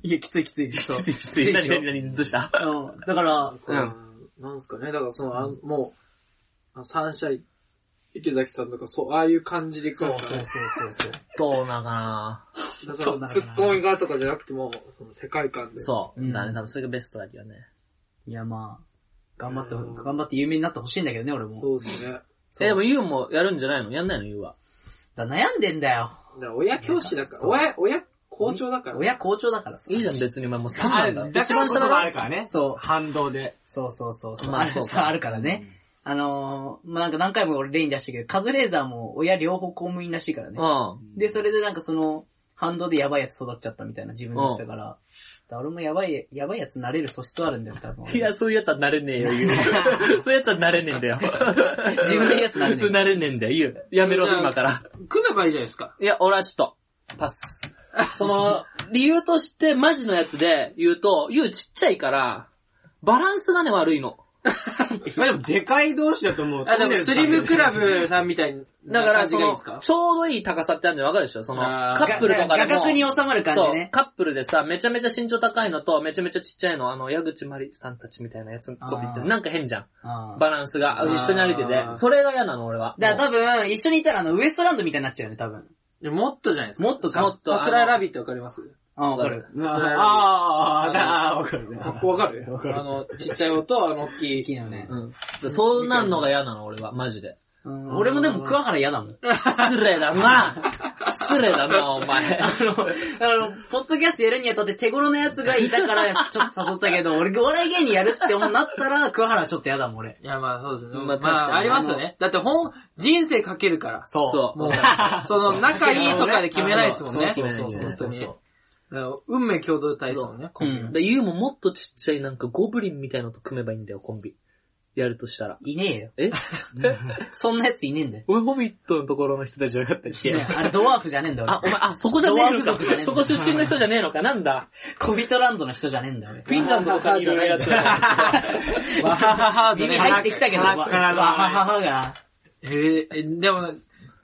Speaker 1: いや、きついきつい。そう。
Speaker 2: きついきつい。
Speaker 1: きついで
Speaker 2: 何
Speaker 1: しょ
Speaker 2: 何何どうした
Speaker 1: うん。だから、
Speaker 4: うん。なんですかね。だからその、あんもう、あ三社池崎さんとか、そう、ああいう感じでいく
Speaker 1: そ
Speaker 4: ん
Speaker 1: う
Speaker 4: で
Speaker 1: そう
Speaker 4: すか
Speaker 1: そう
Speaker 4: ね。
Speaker 1: そうそう。
Speaker 2: どうなのかな
Speaker 4: だ
Speaker 1: そ
Speaker 4: か
Speaker 1: うな
Speaker 4: ら、
Speaker 1: の
Speaker 4: ツ
Speaker 1: かな
Speaker 4: ッコミがとかじゃなくても、その世界観で。
Speaker 2: そう。
Speaker 1: うん
Speaker 2: だね、多分それがベストだけどね。
Speaker 1: いや、まあ、頑張って、
Speaker 4: うん
Speaker 1: 頑張って有名になってほしいんだけどね、俺も。
Speaker 4: そうですね。
Speaker 1: そう
Speaker 2: え、でもユウもやるんじゃないのやんないのユウは。
Speaker 1: だから悩んでんだよ。
Speaker 4: だから親教師だか
Speaker 1: そ
Speaker 4: ら、
Speaker 1: う
Speaker 4: 親、親校長だから。
Speaker 1: 親校長だからさ。
Speaker 2: いいじゃん、別にお前もう3
Speaker 3: あ
Speaker 2: な
Speaker 3: れ、
Speaker 2: んだ。
Speaker 3: だからこそがあるからね。
Speaker 1: そう。
Speaker 3: 反動で。
Speaker 1: そうそうそうそう。
Speaker 2: まあ
Speaker 1: あれ
Speaker 2: そうか
Speaker 1: さ、あるからね。あのー、まあ、なんか何回も俺例に出してるけど、カズレーザーも親両方公務員らしいからね。
Speaker 2: う
Speaker 1: で、それでなんかその、反動でやばいやつ育っちゃったみたいな自分で言ってたから、だから俺もやばい、やばいやつなれる素質あるんだよ、多分。
Speaker 2: ん。いや、そういうやつはなれねえよ、ユウ。そういうやつはなれねえんだよ。
Speaker 1: 自分でやつなれねえ
Speaker 2: そうなれねえんだよ、ユウ。やめろ、
Speaker 4: うん
Speaker 2: 今から。
Speaker 4: 組めばいいじゃないですか。
Speaker 2: いや、俺はちょっと、パス。その、理由として、マジのやつで言うと、ユウちっちゃいから、バランスがね、悪いの。
Speaker 3: まあでも、でかい同士だと思う。
Speaker 4: あ、でも、スリムクラブさんみたいな
Speaker 2: だから、
Speaker 4: 感じ
Speaker 2: そ
Speaker 4: がいいん
Speaker 2: の、
Speaker 4: ですか
Speaker 2: ちょうどいい高さってあるのわかるでしょその、
Speaker 4: あー
Speaker 2: カップルとかでも。
Speaker 1: 画角に収まる感じ
Speaker 2: そう、
Speaker 1: ね。
Speaker 2: カップルでさ、めちゃめちゃ身長高いのと、めちゃめちゃちっちゃいの、あの、矢口まりさんたちみたいなやつのこと言って
Speaker 1: あ
Speaker 2: る
Speaker 1: ー
Speaker 2: なんか変じゃん。
Speaker 1: うん
Speaker 2: バランスが。
Speaker 4: あー
Speaker 2: 一緒に歩いてて。それが嫌なの、俺は。
Speaker 1: だから多分、一緒にいたらあの、ウエストランドみたいになっちゃうよね、多分。
Speaker 4: でもっとじゃないですか。
Speaker 1: もっとか
Speaker 4: さ
Speaker 2: もっと
Speaker 4: さすらいラビってわかります
Speaker 1: あ、わか
Speaker 2: わ
Speaker 1: る。
Speaker 3: ああー、ああ、わかるね。
Speaker 4: わかるあの、ちっちゃい音と、あの、大き
Speaker 1: 大きい
Speaker 4: い。
Speaker 1: のね。
Speaker 2: うん。でそうなるのが嫌なの、俺は、マジで。
Speaker 1: うん俺もでも桑原嫌だもん。
Speaker 2: [laughs] 失礼だな失礼だな、お
Speaker 1: [laughs]
Speaker 2: 前。
Speaker 1: あの、ポッドキャストやるにあたって手頃なやつがいたから、ちょっと誘ったけど、俺、お笑い芸人やるって思うなったら、桑原はちょっとやだもん、俺。
Speaker 4: いや、まあそうですね。
Speaker 2: ま
Speaker 4: ま
Speaker 2: あ
Speaker 4: あ、
Speaker 2: 確かに
Speaker 4: ありますよね。だって本、人生かけるから。
Speaker 1: そう。
Speaker 2: そう。
Speaker 4: もう、その、仲いいとかで決めないですもん
Speaker 2: そ
Speaker 4: ね。
Speaker 2: うそうそう
Speaker 4: 本当に。
Speaker 2: そ
Speaker 4: だ
Speaker 2: う
Speaker 4: から運命共同体ですもんね、コンビ
Speaker 1: う
Speaker 4: の
Speaker 1: ん
Speaker 2: で、ユウももっとちっちゃい、なんかゴブリンみたいのと組めばいいんだよ、コンビ。やるとしたら。
Speaker 1: いねえよ。
Speaker 2: え
Speaker 1: そんなやついねえんだよ。
Speaker 2: 俺ホビットのところの人たちじゃなかったっけ
Speaker 1: ねあれドワーフじゃねえんだよ。
Speaker 2: あ、お前、あ、そこじゃねえの
Speaker 1: ドワー
Speaker 2: か
Speaker 1: フ族じゃねえん。だ
Speaker 2: そこ出身の人じゃねえのか。なんだ。
Speaker 1: コビトランドの人じゃねえんだよ。俺
Speaker 2: フィンランドとかにいるやつ。
Speaker 4: わははは
Speaker 1: 耳
Speaker 3: は
Speaker 1: 入ってきたけど、わ
Speaker 3: カ
Speaker 1: わ
Speaker 3: ラ
Speaker 1: は
Speaker 3: カラだ
Speaker 1: はが。
Speaker 4: えーえ、でも、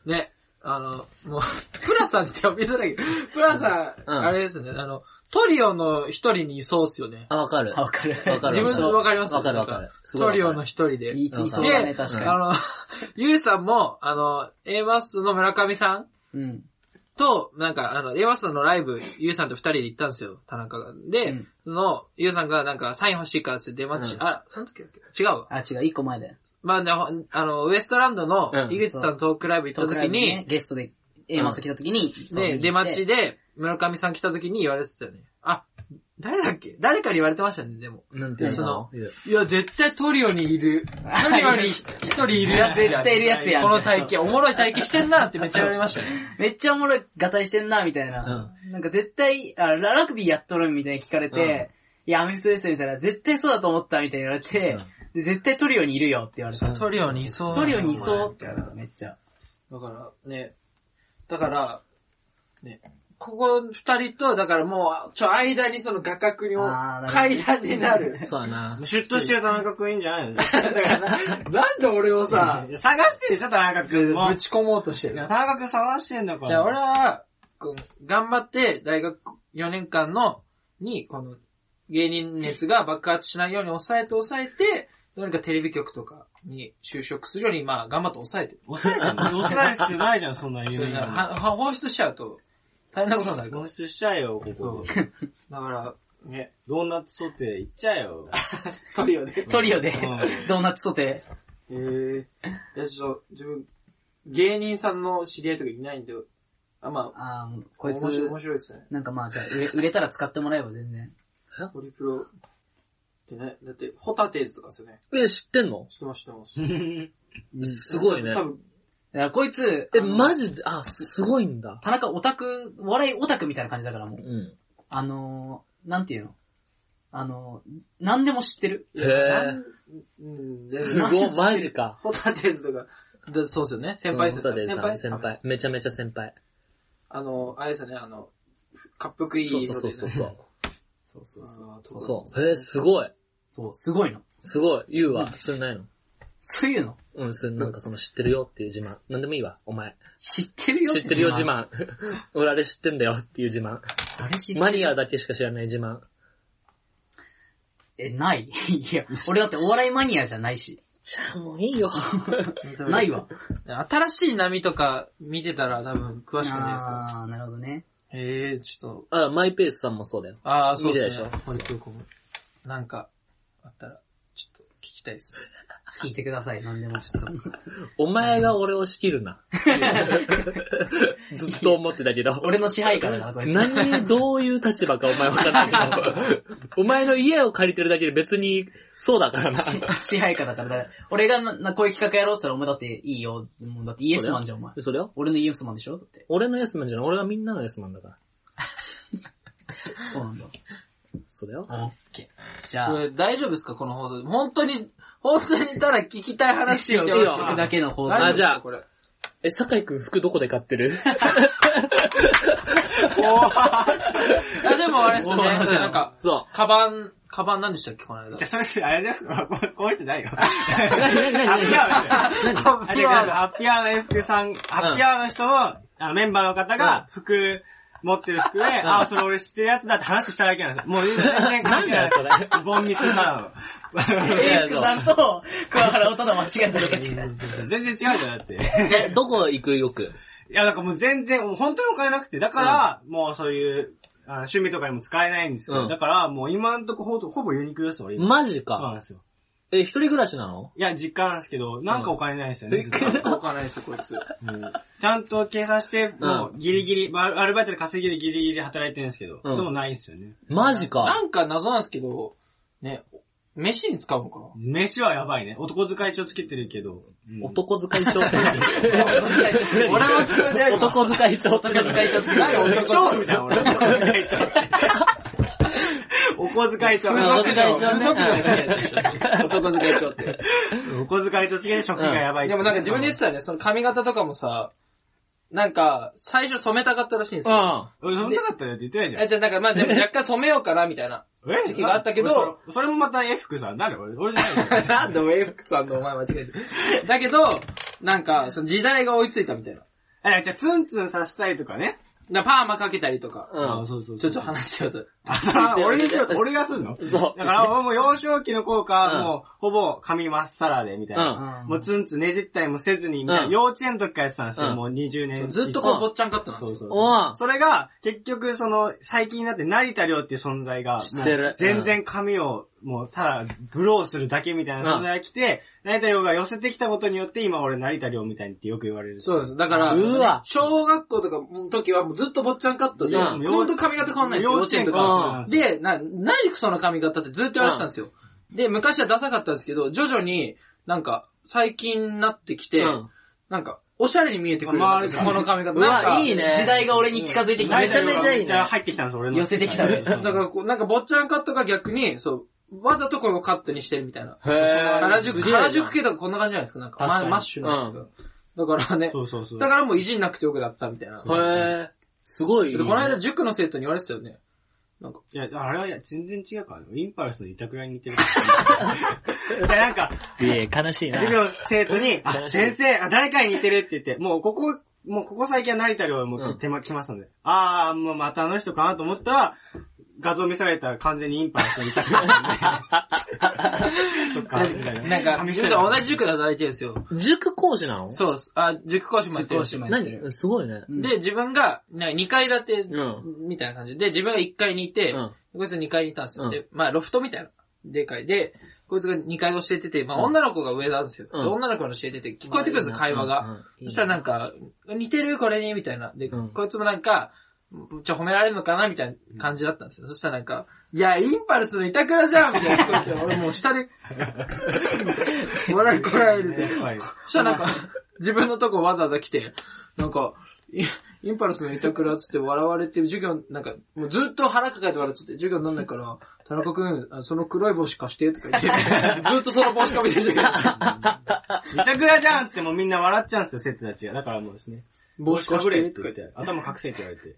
Speaker 4: ね、あの、もう、 [laughs] プラさんって呼びづらいけど、プラさん、
Speaker 2: うん
Speaker 4: あれですね、あの、トリオの一人にいそうっすよね。
Speaker 2: あ、わかる。
Speaker 1: わかる。
Speaker 2: わかる
Speaker 4: 自分のわかります
Speaker 2: わかるわか
Speaker 4: な
Speaker 2: る
Speaker 4: ん。
Speaker 2: すごい
Speaker 4: ト
Speaker 2: わか
Speaker 4: リ
Speaker 2: る
Speaker 4: オの一人で。
Speaker 1: いいついそう
Speaker 4: で、
Speaker 1: だね、確かに。
Speaker 4: あの、 [laughs] ゆうさんも、あの、A マスの村上さん
Speaker 1: うん。
Speaker 4: と、なんか、あの、A マスのライブ、ゆうさんと二人で行ったんですよ、田中が。で、
Speaker 1: うん
Speaker 4: その、ゆうさんがなんか、サイン欲しいからって出待ちし、
Speaker 2: うん
Speaker 4: あ、その時だっけ違うわ。
Speaker 1: あ、違う、一個前だよ。
Speaker 4: まあね、ほんあの、ウエストランドの
Speaker 2: うん
Speaker 4: 井口さんのトークライブ行った時に、
Speaker 1: ね、ゲストで、A マス来た時に、そう
Speaker 4: で、出待ち。で、村上さん来た時に言われてたよね。あ、誰だっけ誰かに言われてましたね、でも。
Speaker 2: なんていう
Speaker 4: そ
Speaker 2: の
Speaker 4: のいや、絶対トリオにいる。トリオに一人いるやつ
Speaker 1: 絶対いるやつやん
Speaker 4: この体型、おもろい体型してんなってめっちゃ言われましたね。
Speaker 1: めっちゃおもろい、ガタイしてんな、みたいな。なんか絶対、あララグビーやっとるみたいに聞かれて、いや、アメフトですよ、みたいな。絶対そうだと思った、みたいに言われて、で絶対トリオにいるよって言われた。
Speaker 4: トリオにいそう。
Speaker 1: トリオにい
Speaker 4: お前
Speaker 1: そうって言われた、めっちゃ。
Speaker 4: だから、ね。だから、ね。ここ二人と、だからもう、ちょ、間にその画角にも
Speaker 1: あーなるほど
Speaker 4: 階段になる。
Speaker 2: そうやな。
Speaker 3: シュッとしてる田中くんいいんじゃないの
Speaker 4: だからな、なんで俺を [laughs] さ、
Speaker 3: 探してるでしょ、田中くんも。
Speaker 4: ぶ
Speaker 3: い
Speaker 4: ち込もうとしてる。
Speaker 3: や田中くん探してんだから。
Speaker 4: じゃあ俺は、こう頑張って大学4年間の、に、この、芸人熱が爆発しないように抑えて抑えて、どれかテレビ局とかに就職するように、まあ、頑張って抑えてる。
Speaker 3: 抑えてる、抑える必要ないじゃん、そんな
Speaker 4: それ
Speaker 3: 言う
Speaker 4: なら
Speaker 3: な。
Speaker 4: はは放出しちゃうと、大変なことになるから。
Speaker 3: 露出しちゃえよ、ここ。
Speaker 4: だから、ね、
Speaker 3: ドーナツソテー行っちゃえよ。
Speaker 4: トリオで。
Speaker 1: トリオで
Speaker 3: う、
Speaker 1: [laughs] ドーナツソテー。
Speaker 4: えー、いや、ちょっと、自分、芸人さんの知り合いとかいないんで、あ、まあ、
Speaker 1: あー、こいつ
Speaker 4: 面、白い、面白いですね。
Speaker 1: なんかまあ、じゃあ、売れ売れたら使ってもらえば全然。
Speaker 4: ホリプロってね、だって、ホタテーズとかですよね。
Speaker 2: え、知ってんの
Speaker 4: 知ってます、知ってます。
Speaker 2: すごいね
Speaker 4: 多。分、
Speaker 1: だからこいつ、
Speaker 2: え、
Speaker 1: あの
Speaker 2: マジで、あ、すごいんだ。
Speaker 1: 田中オタク、お笑いオタクみたいな感じだからもう
Speaker 2: う。ん。
Speaker 1: あのー、なんていうのあのー、なんでも知ってる。
Speaker 2: へ
Speaker 4: な
Speaker 2: え
Speaker 4: ん。うん、です
Speaker 2: ごい、マジか。
Speaker 4: ホタテーズとか、だそうですよね。先輩です
Speaker 2: うんホタ
Speaker 4: よ
Speaker 2: テ
Speaker 4: ね。
Speaker 2: さん先
Speaker 4: あ
Speaker 2: 輩。めちゃめちゃ先輩。
Speaker 4: あの、あれですよね、あの、かっぷくいい
Speaker 2: そう
Speaker 4: 色
Speaker 2: そうそう
Speaker 1: そうそ
Speaker 2: そう。
Speaker 4: でね。あー
Speaker 2: そ
Speaker 4: そうう
Speaker 2: そう。えー、すごい。
Speaker 1: そう、すごいの。
Speaker 2: すごい。言うわ。それないの
Speaker 1: そういうの。
Speaker 2: うん、それなんかその知ってるよっていう自慢。なんでもいいわ、お前。
Speaker 1: 知ってるよ
Speaker 2: 知ってるよ自。慢。 [laughs] 俺あれ知ってんだよっていう自慢。
Speaker 1: あれ知って
Speaker 2: マニアだけしか知らない自慢。
Speaker 1: え、ない。 [laughs] いや、俺だってお笑いマニアじゃないし。
Speaker 2: じゃあもういいよ。
Speaker 1: ないわ。
Speaker 4: 新しい波とか見てたら多分詳しくないですか
Speaker 1: あー、なるほどね。
Speaker 4: ら。へえ、ちょっ
Speaker 2: あ、マイペースさんもそうだよ。
Speaker 4: と、ああ、そうで
Speaker 2: 見
Speaker 4: す
Speaker 2: て
Speaker 4: ね
Speaker 2: たでしょ。
Speaker 4: ホリプロコム。なんか、あったら、ちょっと聞きたいですね。
Speaker 1: 聞いてください、なんでも知ってる。
Speaker 2: お前が俺を仕切る [laughs] な。ずっと思ってたけど。
Speaker 1: 俺の支配下だから、こいつ。
Speaker 2: 何、どういう立場かお前分かんないけど。お前の家を借りてるだけで別に、そうだ [laughs] からな。
Speaker 1: 支配下だから、だから俺がななこういう企画やろうって言ったら、お前だっていいよ。もうだってイエスマンじゃん、お前。
Speaker 2: それよ。
Speaker 1: 俺のイエスマンでしょだって。
Speaker 2: 俺のやつマンじゃない、俺はみんなのやつマンだから。
Speaker 1: そうなんだ。
Speaker 2: それよ。
Speaker 1: オッケー。じゃ
Speaker 4: こ
Speaker 1: あ、
Speaker 4: れ大丈夫ですかこの放送。本当に、本当にただ聞きたい話を聞いて
Speaker 2: いい
Speaker 4: ま
Speaker 2: よ
Speaker 4: す
Speaker 1: 僕だけの放送。
Speaker 2: あじゃあ
Speaker 4: これ。
Speaker 2: え、酒井くん服どこで買ってる
Speaker 4: あ、でもあれですね、
Speaker 1: おー
Speaker 4: なんか、
Speaker 2: そ
Speaker 4: カバン、カバン何でしたっけこの間
Speaker 3: じゃあ。それ、あれだよ、ここういう人ないよ。
Speaker 2: う。なになにな
Speaker 3: ハッ
Speaker 2: に
Speaker 3: ピーアワーだよあ違う
Speaker 4: 何
Speaker 3: ハッピーアワーの服さん、ハッピーアワーの人を、あのメンバーの方が服、持ってる服で、あ、それ俺知ってるやつだって話しただけなんですよ。
Speaker 2: [laughs]
Speaker 3: もう全然関係ない。
Speaker 2: なんだよそれ
Speaker 3: ボンミスな
Speaker 1: エ
Speaker 2: や
Speaker 1: リックさんと桑原をただ間違えただけって
Speaker 3: の。全然違うじゃん、
Speaker 2: [laughs]
Speaker 3: だって。
Speaker 2: え、どこ行くよく。
Speaker 3: いや、だからもう全然、もう本当にお金なくて、だから、もうそういう、あ趣味とかにも使えないんですよ。
Speaker 2: うん
Speaker 3: だから、もう今んとこほとほぼユニクロです、俺今。
Speaker 2: マジ
Speaker 3: そう
Speaker 2: か。
Speaker 3: なんですよ。
Speaker 2: え、一人暮らしなの
Speaker 3: いや、実家なんですけど、なんかお金ないですよね。ずっと
Speaker 4: 効果ないですよ、こいつ。
Speaker 3: ちゃんと計算して、もうギリギリ、まあアルバイトで稼ぎでギリギリ働いてるんですけど、
Speaker 2: うん
Speaker 3: でもないんですよね。
Speaker 2: マジ
Speaker 4: な
Speaker 2: か。
Speaker 4: んか謎なんですけど、ね、飯に使うのかな
Speaker 3: 飯はやばいね。男遣い帳つけてるけど。うん
Speaker 2: 男遣い
Speaker 4: [laughs]
Speaker 2: 帳。
Speaker 4: 俺はそれであります。
Speaker 2: 男遣い帳。
Speaker 1: 男遣い帳
Speaker 3: なんか俺、勝負じゃん、俺。男遣い帳って。お小遣い帳。
Speaker 2: お小遣い帳
Speaker 4: 不
Speaker 2: ね
Speaker 4: 足だよね男遣い帳って。
Speaker 3: お小遣い帳付きで食費がやばいって。
Speaker 4: でもなんか自分で言ってたよね、その髪型とかもさ、なんか、最初染めたかったらしいんですよ。
Speaker 2: あ
Speaker 3: 俺、そんなかったよって言ってないじゃん
Speaker 4: え、。じゃあなんか、まあでも若干染めようかな、みたいな。
Speaker 3: え
Speaker 4: 時期があったけど
Speaker 3: 俺それそれもまた F 君さん、なんで俺、俺じゃない
Speaker 4: [laughs]
Speaker 3: よ。
Speaker 4: なんで俺 F さんとお前間違えてる。だけど、なんか、その時代が追いついたみたいな。
Speaker 3: え、じゃあ、ツンツンさせたいとかね。
Speaker 4: だからパーマかけたりとか。
Speaker 2: うん。
Speaker 3: そうそう
Speaker 4: ちょっと話しようと。
Speaker 3: あ、それは俺にしよう、俺がすんの
Speaker 2: そう
Speaker 3: だから、俺もう幼少期の効果、
Speaker 2: うん
Speaker 3: もう、ほぼ、髪まっさらで、みたいな。
Speaker 2: う
Speaker 3: もう、ツンツンねじったりもせずに、みたいな。
Speaker 2: うん
Speaker 3: 幼稚園の時からやってたんですよ、
Speaker 2: うん
Speaker 3: もう20年。
Speaker 4: ずっと
Speaker 3: こ
Speaker 4: こう、坊っちゃんかったなん
Speaker 3: そ
Speaker 4: で
Speaker 3: う
Speaker 4: す
Speaker 3: そ
Speaker 4: よ。
Speaker 3: うそう。
Speaker 2: お
Speaker 3: それが、結局、その、最近になって、成田亮っていう存在が、
Speaker 2: 知ってる
Speaker 3: もう全然髪を、もう、ただ、ブローするだけみたいな存在が来て、成田亮が寄せてきたことによって、今俺、成田亮みたいにってよく言われる。
Speaker 4: そうです。だから、
Speaker 2: うわ
Speaker 4: 小学校とかの時はもうずっと坊っちゃんカットで、
Speaker 2: うん
Speaker 4: ほんと髪型変わんないんですよ、幼稚園とか。
Speaker 3: らで、
Speaker 4: で、な、何その髪型ってずっと言われてたんですよ。で、昔はダサかったんですけど、徐々に、なんか、最近になってきて、
Speaker 2: うん
Speaker 4: なんか、おしゃれに見えてくるようになってきた。
Speaker 3: ま
Speaker 4: こ
Speaker 3: あ
Speaker 4: の髪型。
Speaker 2: うわ
Speaker 4: なんか
Speaker 2: いいね
Speaker 1: 時代が俺に近づいてきた。
Speaker 2: めちゃめちゃいいね
Speaker 3: めっちゃ入ってきたんです、俺の。
Speaker 1: 寄せてきたね
Speaker 4: [laughs] だからこう、なんか、坊っちゃんカットが逆に、そう、わざとこれをカットにしてるみたいな。
Speaker 2: へぇ
Speaker 4: 原宿、原宿系とかこんな感じじゃないですか、なんか、
Speaker 2: 確かに
Speaker 4: まマッシュのやつが。だからね、
Speaker 3: そうそうそう。
Speaker 4: だからもういじんなくてよくなったみたい
Speaker 2: へ
Speaker 4: な。
Speaker 2: ぇすごいいい
Speaker 4: で
Speaker 2: ね。
Speaker 4: この間塾の生徒に言われてたよね。
Speaker 3: いや、あれは全然違うからね。インパルスの板倉に似てる。いや、なんか、
Speaker 2: いえ、悲しいな。
Speaker 3: 授業生徒に、あ、先生、あ、誰かに似てるって言って、もうここ、もうここ最近は成田亮も
Speaker 2: うん
Speaker 3: う手間来ますので、あー、もうまたあの人かなと思ったら、画像見せられたら完全にインパルスの板倉なんで。そっか、みたいな。
Speaker 4: なんか、
Speaker 3: 紙一
Speaker 4: 塾
Speaker 3: 重
Speaker 4: 同じ塾で働いてるんですよ。
Speaker 2: 塾講師なの
Speaker 4: そうです、あ、塾講師もやってるし
Speaker 1: 塾講師もやってる
Speaker 2: 何すごいね。
Speaker 1: うん
Speaker 4: で、自分が、なんか2階建て、
Speaker 2: うん。
Speaker 4: みたいな感じで、自分が1階にいて、
Speaker 2: うん
Speaker 4: こいつ2階にいたんですよ。
Speaker 2: うん
Speaker 4: で、まあ、ロフトみたいな、でかい。で、こいつが2階を教えてて、まあ、女の子が上なんですよ。
Speaker 2: うん
Speaker 4: で女の子が教えてて、聞こえてくるんですよ、会話が。
Speaker 2: うん。うん
Speaker 4: そしたらなん、か、似てるこれに、みたいな。で、
Speaker 2: うん
Speaker 4: こいつもなんか、ちょ、褒められるのかなみたいな感じだったんですよ。そしたらなんか、いや、インパルスの板倉じゃんみたいな。こうやって俺もう下で、笑いこられるで。
Speaker 3: はい
Speaker 4: そしたらなんか、自分のとこわざわざ来て、なんか、イインパルスの板倉っつって笑われて、授業、なんか、もうずっと腹抱えて笑ってて、授業になんないから、田中くん、あその黒い帽子貸して、とか言って、ずっとその帽子かぶって授業に
Speaker 3: 板倉じゃんっつってもうみんな笑っちゃうんですよ、生徒たちが。だからもうですね。
Speaker 4: 帽子か
Speaker 3: かぶ
Speaker 4: ぶ
Speaker 3: れ
Speaker 4: れ、
Speaker 3: っ
Speaker 4: と
Speaker 3: て言
Speaker 4: か言
Speaker 3: っ
Speaker 4: って
Speaker 3: て、、頭隠せって言われて。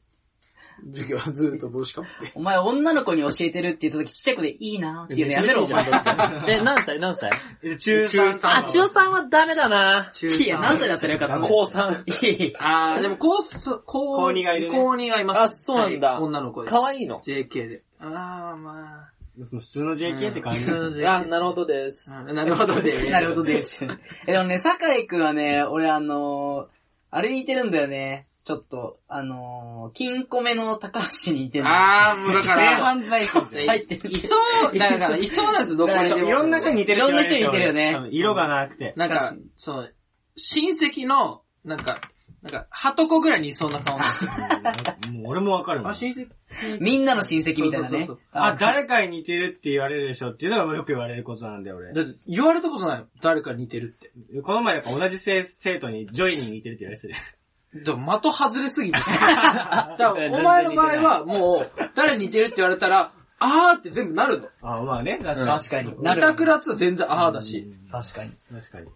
Speaker 4: 授業は [laughs] ずっと帽子かぶって。
Speaker 1: お前女の子に教えてるって言った時ちっちゃい子でいいなーっていうのやめろ、お前。
Speaker 2: え、何歳何
Speaker 4: [laughs]
Speaker 2: 歳
Speaker 3: え中3さん。
Speaker 2: あ、中3はダメだな。
Speaker 1: いや、何歳だったらよかったの
Speaker 2: 高3。
Speaker 1: [laughs] いやいや
Speaker 4: あー、でも、こう、そう、こう、
Speaker 3: 高二がいるね
Speaker 4: 高二がいます。
Speaker 2: あそうなんだ
Speaker 4: はい女の子で。
Speaker 2: かわいいの。
Speaker 4: JK で。あー、まあ。
Speaker 3: 普通の JK って感じ。
Speaker 4: うん
Speaker 2: あ、なるほどです。
Speaker 4: うんなるほど
Speaker 1: [laughs]
Speaker 4: で。
Speaker 1: なるほどです。え、でもね、酒井くんはね、俺あのー、あれに似てるんだよね。ちょっと、あのー、金庫目の高橋に似てるの。
Speaker 4: あー、もう
Speaker 1: [laughs]
Speaker 4: だか
Speaker 3: 性
Speaker 4: ら、
Speaker 3: 犯罪者じゃん
Speaker 1: 入ってる
Speaker 4: いそう、だから、いそうなんですよ、どこに
Speaker 1: だ
Speaker 4: で
Speaker 1: か
Speaker 4: も。
Speaker 1: ら
Speaker 3: いろんな人に似てるって言
Speaker 1: いろ
Speaker 3: われ
Speaker 1: んな人に似てるよね
Speaker 3: 多分色がなくて。
Speaker 4: なん
Speaker 1: 確
Speaker 4: か
Speaker 1: かに、
Speaker 4: そう、親戚の、なんか、なんか、ハトコぐらいにいそうな顔なんですよ。
Speaker 3: もう俺もわかるもん
Speaker 4: あ、親戚
Speaker 1: みんなの親戚みたいな
Speaker 4: そう
Speaker 1: ね
Speaker 4: そうそう。
Speaker 3: あ、誰かに似てるって言われるでしょっていうのがよく言われることなんだよ、
Speaker 4: だ
Speaker 3: 俺。
Speaker 4: って、言われたことないよ。誰かに似てるって。
Speaker 3: この前やっぱ同じ生生徒にジョイに似てるって言われてたよ。
Speaker 4: でも、的外れすぎて。だから、お前の場合は、もう、誰に似てるって言われたら、あーって全部なるの。
Speaker 3: あ、まあね、確か
Speaker 1: 確かに。なる。
Speaker 4: 板倉っつは全然ああだし。
Speaker 1: 確かに。
Speaker 3: に。確かに。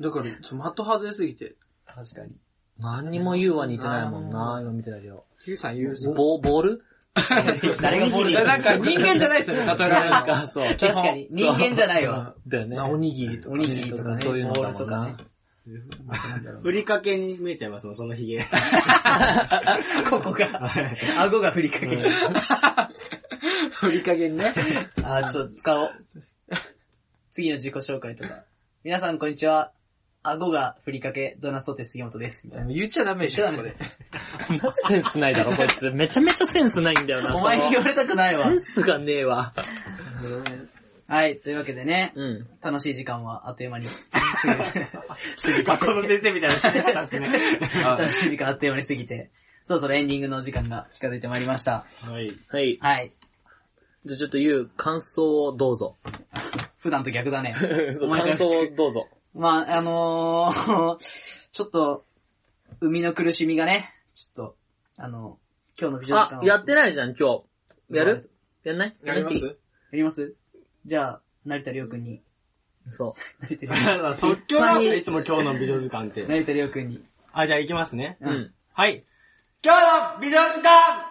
Speaker 4: だから、ちょ的外れすぎて。
Speaker 1: 確かに。
Speaker 2: 何にも言うは似てないもんな、今見てたけど。
Speaker 4: ゆうさん言うさ。
Speaker 2: ボ、ボール
Speaker 1: [laughs] 誰がボール
Speaker 2: [laughs]
Speaker 4: なんか人間じゃないですよね、例えられる
Speaker 2: なん
Speaker 4: の。
Speaker 2: か、
Speaker 4: [laughs]
Speaker 2: そう。
Speaker 1: 確かに。人間じゃないわ。
Speaker 2: だよね。
Speaker 4: なおにぎりとか
Speaker 1: おにぎりとかね。
Speaker 2: そういうの
Speaker 1: ボ
Speaker 2: だ
Speaker 1: ール
Speaker 2: も
Speaker 1: と
Speaker 2: ん
Speaker 1: か
Speaker 2: な
Speaker 1: ね。。
Speaker 3: ふりかけに見えちゃいますもん、そのヒゲ。
Speaker 1: ここが、顎が振りかけてる。
Speaker 4: 振り加減ね。
Speaker 1: [laughs] あー、ちょっと使おう。次の自己紹介とか。皆さんこんにちは。顎が振りかけ、ドーナツソテー杉本です。みたいな。
Speaker 4: 言っちゃダメでしょ、これ。
Speaker 2: センスないだろ、こいつ。めちゃめちゃセンスないんだ
Speaker 1: [laughs]
Speaker 2: よな、
Speaker 1: お前に言われたくない
Speaker 2: その
Speaker 1: わ
Speaker 2: セ。ンスがねえわ。
Speaker 1: はい、というわけでね、
Speaker 2: うん。
Speaker 1: 楽しい時間はあっという間に。
Speaker 3: 学校の先生みたいな人だったんですね。
Speaker 1: 楽しい時間あっという間に過ぎて、そろそろエンディングのお時間が近づいてまいりました。
Speaker 3: [laughs] はい。
Speaker 2: はい。
Speaker 1: はい。
Speaker 2: じゃあちょっと言う感想をどう
Speaker 1: [laughs]
Speaker 2: ぞ。
Speaker 1: 普段と逆 [laughs] だね。
Speaker 2: そ
Speaker 1: お
Speaker 2: う
Speaker 1: 前が
Speaker 2: 感想をどうぞ。
Speaker 1: まあ、あのー、ちょっと、生みの苦しみがね、ちょっと、あの、今日の美女時間
Speaker 2: あ、やってないじゃん、今日。やるやんない
Speaker 4: やります
Speaker 1: りますじゃあ、成田亮君に。
Speaker 2: そ
Speaker 1: 成田亮
Speaker 3: [laughs]
Speaker 1: 君。
Speaker 3: 即興なんでいつも今日の美女図鑑って。
Speaker 1: 成田亮君に。
Speaker 3: あ、じゃあ行きますね。
Speaker 2: う。うん。
Speaker 3: はい。今日の美女図鑑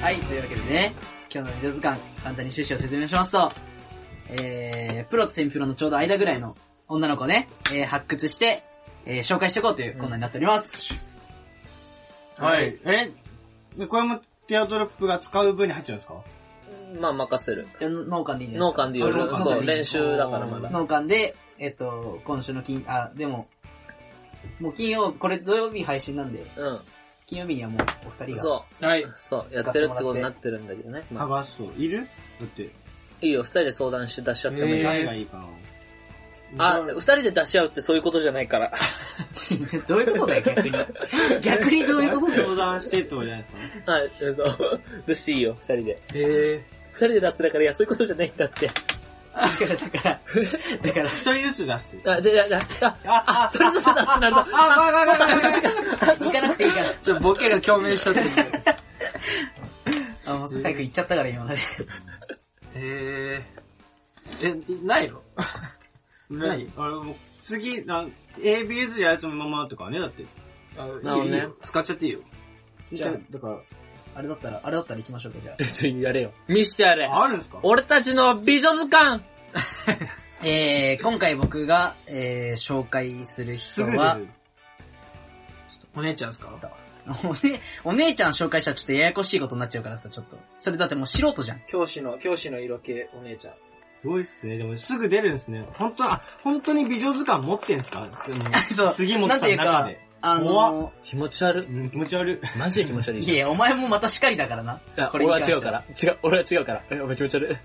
Speaker 1: はい、というわけでね、今日の美女図鑑、簡単に趣旨を説明しますと、えー、プロとセミプロのちょうど間ぐらいの女の子をね、えー、発掘して、えー、紹介していこうというコーナーになっております。
Speaker 3: はい。え、でこれもティアドロップが使う分に入っちゃうんですか
Speaker 2: まあ任せる。
Speaker 1: じゃあ、農家でいいんじゃない
Speaker 2: 農
Speaker 1: ですか。
Speaker 2: 館で夜
Speaker 1: あ、
Speaker 2: そう、練習だからまだ。
Speaker 1: 農館で、えっと、今週の金、あ、でも、もう金曜、これ土曜日配信なんで、
Speaker 2: う
Speaker 1: 金曜日にはもうお二人
Speaker 2: ん。
Speaker 1: が。
Speaker 2: そ
Speaker 4: はい。
Speaker 2: う。そう、やってるってことになってるんだけどね。まあ、
Speaker 3: 探そう。いるだって、
Speaker 2: いいよ、二人で相談して出し合ってもいいよ。
Speaker 3: 誰がいいかな。
Speaker 2: あ、二人で出し合うってそういうことじゃないから。
Speaker 1: [laughs]
Speaker 2: [laughs]
Speaker 1: どういうことだよ、逆に。逆にどういうことだよ。
Speaker 3: 相談してってことじゃないですか。
Speaker 2: はい、そう。出していいよ、二人で。
Speaker 4: へえ。
Speaker 2: 二人で出すだから、いや、そういうことじゃないんだって。
Speaker 1: だから、だから、だから、
Speaker 3: 一人ずつ出すって。
Speaker 2: あ、じゃあ、じゃあじゃあ、あ、
Speaker 3: あ、あ、
Speaker 2: それぞれ出すって [laughs] なると。
Speaker 3: あ、ごめんごめんごめんごめん
Speaker 1: 行かなくていいから。
Speaker 4: ちょっとボケが共鳴しちゃってる。
Speaker 1: あ、もう早く行っちゃったから今まで。
Speaker 4: へえ。え、ないのない
Speaker 3: ねあれもう次、なん ABS でやるつものままとかね、だって。
Speaker 4: あ、いい
Speaker 2: なるほどね
Speaker 4: よ使っちゃっていいよ。
Speaker 1: じゃあ
Speaker 3: だか
Speaker 1: あれだったら、あれだったら行きましょうか、じゃあ。 [laughs]
Speaker 2: ちょ、やれよ。見してやれ。
Speaker 3: ら、あるんですか
Speaker 2: 俺たちの美女図鑑
Speaker 1: えー、今回僕が、えー、紹介する
Speaker 3: す
Speaker 1: 人
Speaker 3: ぐ出
Speaker 1: は、
Speaker 3: る。
Speaker 4: お姉ちゃんですか
Speaker 1: お,、ね、お姉ちゃん紹介したらちょっとややこしいことになっちゃうからさ、ちょっと。それだってもう素人じゃん。
Speaker 4: 教師の、教師の色系お姉ちゃん。
Speaker 3: すごいっすね。でもすぐ出るんですね。本当あ、本当に美女図鑑持ってんすかでも
Speaker 1: そう
Speaker 3: 杉本さんの中で。
Speaker 1: あ
Speaker 3: 怖
Speaker 1: の
Speaker 2: 気持ち悪い。
Speaker 3: うん気持ち悪い。
Speaker 2: マジで気持ち悪
Speaker 1: ー、いやいや、お前もまたしかりだからな。
Speaker 2: いや、
Speaker 1: これ
Speaker 2: 俺は違うから。違う、俺は違うから。え、お前気持ち悪い。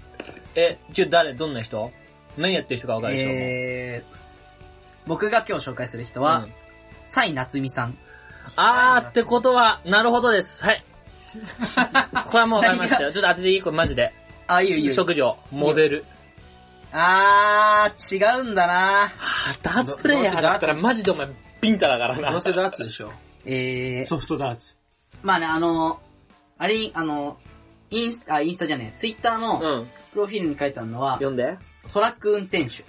Speaker 2: え、ちょ、誰どんな人何やってる人かわかるでしょ、
Speaker 1: えー、僕が今日紹介する人
Speaker 2: もう
Speaker 1: は、
Speaker 2: うん
Speaker 1: サイナツミさん。
Speaker 2: あーってことは、なるほどです。 [laughs] はい。これはもうわかりましたよ。ちょっと当てていいこれマジで。
Speaker 1: あ、いいよいいよ。
Speaker 2: 職業、モデル。
Speaker 1: あー、違うんだな
Speaker 2: あ、ダーツプレイヤーだったらマジでお前、ビンタだから
Speaker 4: どう
Speaker 2: な。
Speaker 4: せダーツでしょ。
Speaker 1: えー、
Speaker 3: ソフトダーツ。
Speaker 1: まあね、あの、あれに、あの、インスタ、あ、インスタじゃねえ、ツイッターの
Speaker 2: うん。
Speaker 1: プロフィールに書いてあるのは、
Speaker 2: 読んで。
Speaker 1: トラック運転手、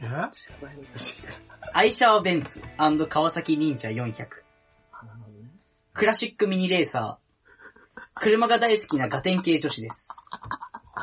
Speaker 4: え
Speaker 1: 愛車はベンツ川崎忍者400、クラシックミニレーサー、車が大好きなガテン系女子です。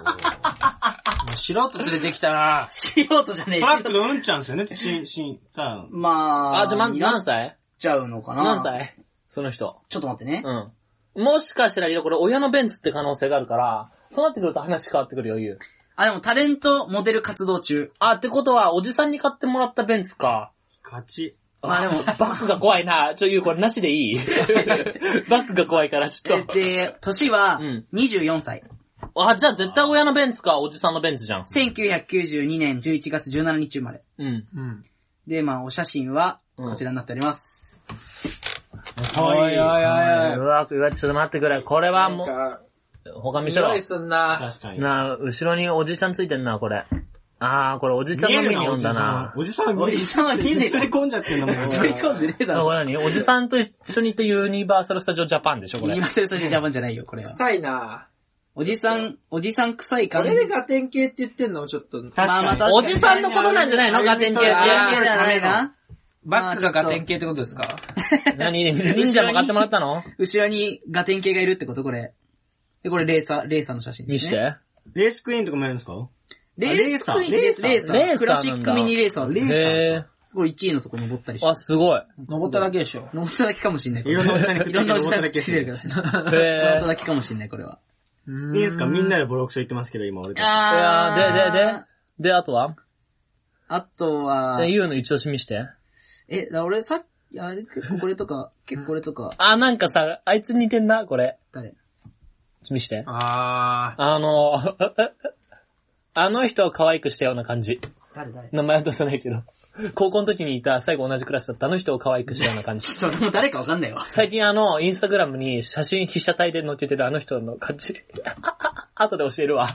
Speaker 4: もう素人連れてきたな
Speaker 1: 素人じゃねえ
Speaker 3: トラックのうんちゃんですよね、しん、しん、た
Speaker 1: まあ、
Speaker 2: あ、じゃあ、ま、
Speaker 1: にな
Speaker 2: 何
Speaker 1: っ
Speaker 2: 歳
Speaker 1: ちゃうのかな。
Speaker 2: 何歳その人。
Speaker 1: ちょっと待ってね。
Speaker 2: うん。もしかしたら、これ親のベンツって可能性があるから、そうなってくると話変わってくるよ、言う。
Speaker 1: あ、でもタレント、モデル活動中。
Speaker 2: あ、ってことは、おじさんに買ってもらったベンツか。
Speaker 3: 勝ち。
Speaker 2: まあ [laughs] でも、バックが怖いな。ちょ、言う、これなしで [laughs] いいバックが怖いから、ちょ
Speaker 1: え
Speaker 2: っと。
Speaker 1: で、年は
Speaker 2: うん
Speaker 1: 24歳。
Speaker 2: あ、じゃあ絶対親のベンツか、おじさんのベンツじゃん。
Speaker 1: 1992年11月17日生まれ。
Speaker 2: うん。
Speaker 4: うん。
Speaker 1: で、まあ、お写真は、
Speaker 2: うん
Speaker 1: こちらになっております。
Speaker 3: かわいい。
Speaker 4: おいお
Speaker 2: う
Speaker 4: いおい。
Speaker 2: わ、うわ、ちょっと待ってくれ。これは
Speaker 4: なん
Speaker 2: もう、
Speaker 4: か、
Speaker 2: 他見せろ
Speaker 4: 匂い。すんな
Speaker 3: 確かに。
Speaker 2: なあ、後ろにおじちゃんついてんな、これ。あー、これおじちゃんの目に読んだな。
Speaker 3: おじさん、
Speaker 1: おじさんは見えねえ
Speaker 3: 映り込んじゃってんだもん。
Speaker 1: 取り込んでねえだ
Speaker 2: あこ
Speaker 1: ろ。
Speaker 2: れ何おじさんと一緒に行ってユニバーサル・スタジオ・ジャパンでしょ、こ
Speaker 1: ユ
Speaker 2: れ
Speaker 1: ニバ。ーサル・スタジオ・ジャパンじゃないよ、これは。
Speaker 4: 臭いな
Speaker 1: おじさん、おじさん臭い
Speaker 4: こ
Speaker 1: 感じ
Speaker 4: れ。でガテン系って言ってんのちょっと。
Speaker 3: 確
Speaker 1: まあまあ確か
Speaker 3: か
Speaker 1: に
Speaker 2: おじさんのことなんじゃないのガテン系って。
Speaker 1: いやいや
Speaker 4: あー
Speaker 1: じゃないな。
Speaker 4: バックがガテン系ってことですか
Speaker 2: 何忍者も買ってもらった
Speaker 1: [laughs]
Speaker 2: の
Speaker 1: 後ろにガテン系がいるってことこれ。で、これレーサー、レーサーの写真で
Speaker 2: に
Speaker 1: す
Speaker 2: し
Speaker 1: ね。
Speaker 2: て
Speaker 3: に。レースクイーンとかもやるんですか
Speaker 1: レースクイーン
Speaker 3: レ
Speaker 1: レ
Speaker 3: ー
Speaker 1: ー
Speaker 3: サ
Speaker 1: サー、
Speaker 3: ー
Speaker 1: レーサー。
Speaker 2: レーサー
Speaker 1: クラシックミニレーサー。レーサー
Speaker 2: へ
Speaker 1: これ1位のとこ登ったりし
Speaker 2: ー。
Speaker 1: て
Speaker 2: あ、。すごい。
Speaker 4: 登っただけでしょ。
Speaker 1: 登っただけかもしんない。
Speaker 3: いろんなおじさんにくっつい
Speaker 1: い
Speaker 3: て
Speaker 1: ろん
Speaker 3: る
Speaker 1: なおじさんにくっついてるから。 [laughs] 登っ
Speaker 2: へ
Speaker 1: た
Speaker 2: ー。
Speaker 1: だけかもしんない、これは。
Speaker 4: い
Speaker 3: いいですかみんなでボロクソ言ってますけど、今俺たち。
Speaker 2: いやーで、で、
Speaker 1: で
Speaker 2: で。、で、あとは
Speaker 1: あとは、
Speaker 2: で、ゆうの一押し見して。
Speaker 1: え、だ俺さっき、あれ、結構これとか、結構これとか、
Speaker 2: あ、なんかさ、あいつ似てんな、これ。
Speaker 1: 誰
Speaker 2: 見して。
Speaker 4: あ
Speaker 2: あの、 [laughs] あの人を可愛くしたような感じ。
Speaker 1: 誰誰
Speaker 2: 名前は出さないけど。
Speaker 6: 高校の時にいた最後同じクラスだったあの人を可愛くしたような感じ。
Speaker 1: それも誰かわかんないわ。
Speaker 6: 最近あの、インスタグラムに写真被写体で載っけてるあの人の感じ。後で教えるわ。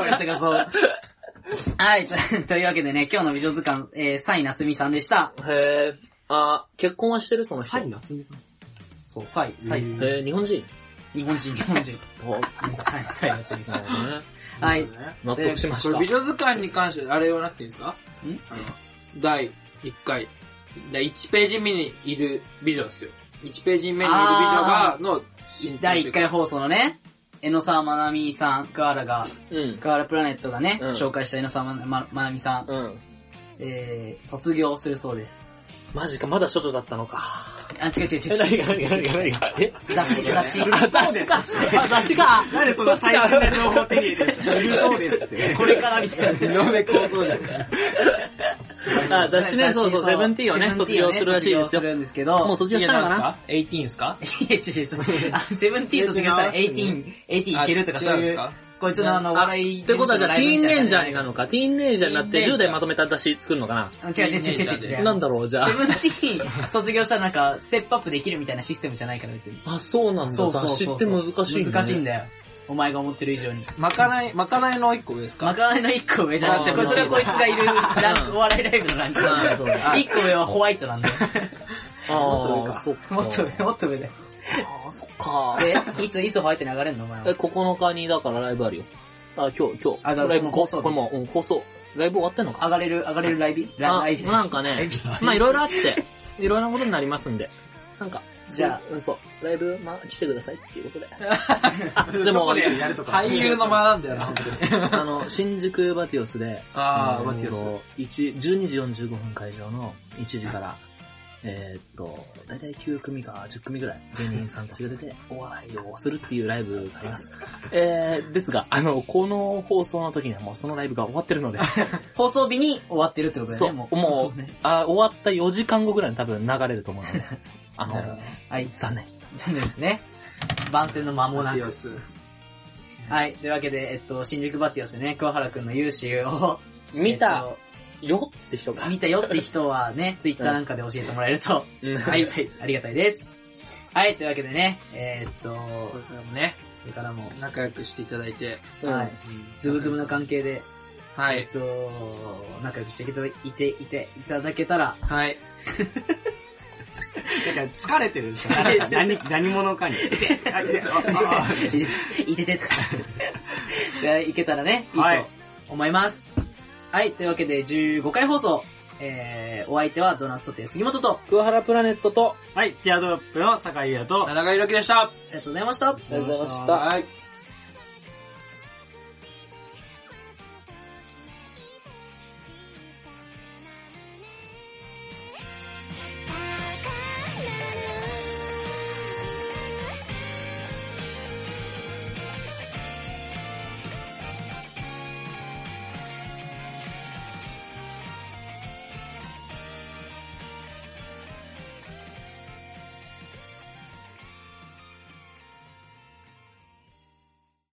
Speaker 1: はい、と [laughs] というわけでね、今日の美女図鑑、えー、サイ夏美さんでした。
Speaker 2: へえ。あ、結婚はしてるその人。
Speaker 3: サイン夏美さん。
Speaker 1: そう、サイ、サイです、
Speaker 2: え、日本人。
Speaker 1: 日本人、日本人。はい、サイ夏美さ
Speaker 2: なるほどね。
Speaker 1: ん。はい。
Speaker 2: 納得しまし
Speaker 4: これ
Speaker 2: た
Speaker 4: 美。女図鑑に関して、あれはなくていいですかんあの、第1回、第1ページ目にいる美女ですよ。1ページ目にいる美女が、の、
Speaker 1: 第1回放送のね、江ノ沢まなみさん、ガーラが、
Speaker 2: うん。
Speaker 1: ガーラプラネットがね、
Speaker 2: うん
Speaker 1: 紹介した江ノ沢まなままなみさん、
Speaker 2: うん。
Speaker 1: えー、卒業するそうです。
Speaker 2: マジか、まだ処女だったのか。
Speaker 1: あ、違う違う違う
Speaker 6: え、
Speaker 1: 違う。
Speaker 6: 何が何が何が何がえ
Speaker 1: 雑誌、雑誌。
Speaker 6: あ、雑誌か。あ、雑誌か。
Speaker 3: なんでそんな最新な情報手に入れてるのそうですって。
Speaker 1: これからみたいな。
Speaker 4: 井上構造
Speaker 1: [laughs]
Speaker 4: じゃん。
Speaker 2: あ、雑誌ね、そうそう、
Speaker 1: 雑誌
Speaker 2: セブンティーをね、卒業するらしいです
Speaker 1: 卒業す。
Speaker 2: よ
Speaker 1: るんですけど。
Speaker 2: もう卒業したのかな
Speaker 4: ?18 ですか
Speaker 1: [laughs] いや、違う違うそう
Speaker 2: [laughs]
Speaker 1: あセブンティーン卒業したら18、18いけるとかそう
Speaker 4: 違んで
Speaker 1: い
Speaker 4: す
Speaker 1: う、
Speaker 4: か
Speaker 1: こいつのあの、
Speaker 2: あ
Speaker 1: 笑い。
Speaker 2: ってことはじゃあ、ティーンネンジャーにな
Speaker 1: る。
Speaker 2: るのか。ティーンネンジャーになって
Speaker 4: ティーンネン
Speaker 2: 10
Speaker 4: ジャー
Speaker 2: 代まとめた雑誌作るのかな。
Speaker 1: 違う違う違う違う違う。
Speaker 2: なんだろう、じゃ
Speaker 1: セ
Speaker 2: あ。
Speaker 1: ブンティーン卒業したらなんか、ステップアップできるみたいなシステムじゃないから別に。
Speaker 2: あ、そうなんだ。雑誌って難しいね
Speaker 1: 難しいんだよ。お前が思ってる以上に。
Speaker 4: まかない、まかないの1個上ですか
Speaker 1: まかないの一個上じゃなくて、
Speaker 2: あー
Speaker 1: これそれはこいつがいるランク、お笑いライブのランク
Speaker 2: あーそうだ。
Speaker 1: 一個上はホワイトなんだよ。
Speaker 2: [laughs] ああ、そっか。
Speaker 1: もっと上、もっと上だよ。
Speaker 2: か。
Speaker 1: で、いつ、いつホワイトに上がれるのお前
Speaker 2: え、
Speaker 1: は。
Speaker 2: 9日にだからライブあるよ。あ、今日、今日。
Speaker 1: あだから
Speaker 2: ライブ
Speaker 1: もう放送日
Speaker 2: これもう、うん放送。ライブ終わってんのか
Speaker 1: 上がれる、上がれるライビラ
Speaker 2: あ
Speaker 1: ライ、ビ
Speaker 2: なんか [laughs] ね、まあいろいろあって、いろいろなことになりますんで。なんか、
Speaker 1: じゃあ
Speaker 2: そう、うんそう、ライブ、まあ来てくださいっていうこと [laughs] で。あ、で
Speaker 3: どこ
Speaker 2: も、
Speaker 3: [laughs] でやるとか。
Speaker 4: 俳優の間なんだよな、本当に。
Speaker 2: あの、新宿バティオスで、
Speaker 4: あー
Speaker 2: の
Speaker 4: バティオ
Speaker 2: 一12時45分会場の1時から、 [laughs] えーっと、だいたい9組か10組ぐらい芸人さんたちが [laughs] 出てお笑いをするっていうライブがあります。えー、ですが、あの、この放送の時にはもうそのライブが終わってる [laughs] ので、
Speaker 1: 放送日に終わってるってことだ
Speaker 2: そ
Speaker 1: よ
Speaker 2: う、
Speaker 1: ね、
Speaker 2: も
Speaker 1: も
Speaker 2: う、あ終わった4時間後ぐらいに多分流れると思うので、 [laughs] あ
Speaker 4: なるほど
Speaker 2: の、
Speaker 1: う。はい。
Speaker 2: 残念。
Speaker 1: [laughs] 残念ですね。番宣の間もなく。はい。というわけで、えっと、新宿バッティオスでね、桑原くんの勇姿を、
Speaker 2: 見た
Speaker 1: えっ
Speaker 2: よって人が
Speaker 1: と、。見たよって人はね、ツイッターなんかで教えてもらえると、 [laughs] は、
Speaker 2: はい
Speaker 1: はい、ありがたいです。はい、というわけでね、えーっと、こ
Speaker 4: これからもね、
Speaker 1: れからも、
Speaker 4: 仲良くしていただいて、
Speaker 1: はい、ズブズブの関係で、
Speaker 4: は
Speaker 1: えっ
Speaker 4: い。
Speaker 1: と、仲良くしていただいて、いて、いただけたら、
Speaker 4: はい。
Speaker 3: なんか疲れてるん [laughs] ですよ。何、何者 [laughs] かに。あでああ
Speaker 1: [laughs] いててとか、でいけたらね、いい
Speaker 3: はい
Speaker 1: と思います。はい、というわけで15回放送、えー、お相手はドーナツソテー杉本と、
Speaker 2: 桑原プラネットと、
Speaker 3: はい、ティアドロップの坂井優と、
Speaker 4: 長井宏樹でした。あ
Speaker 1: ありがとうございました。
Speaker 2: ありがとうございました。
Speaker 4: はい。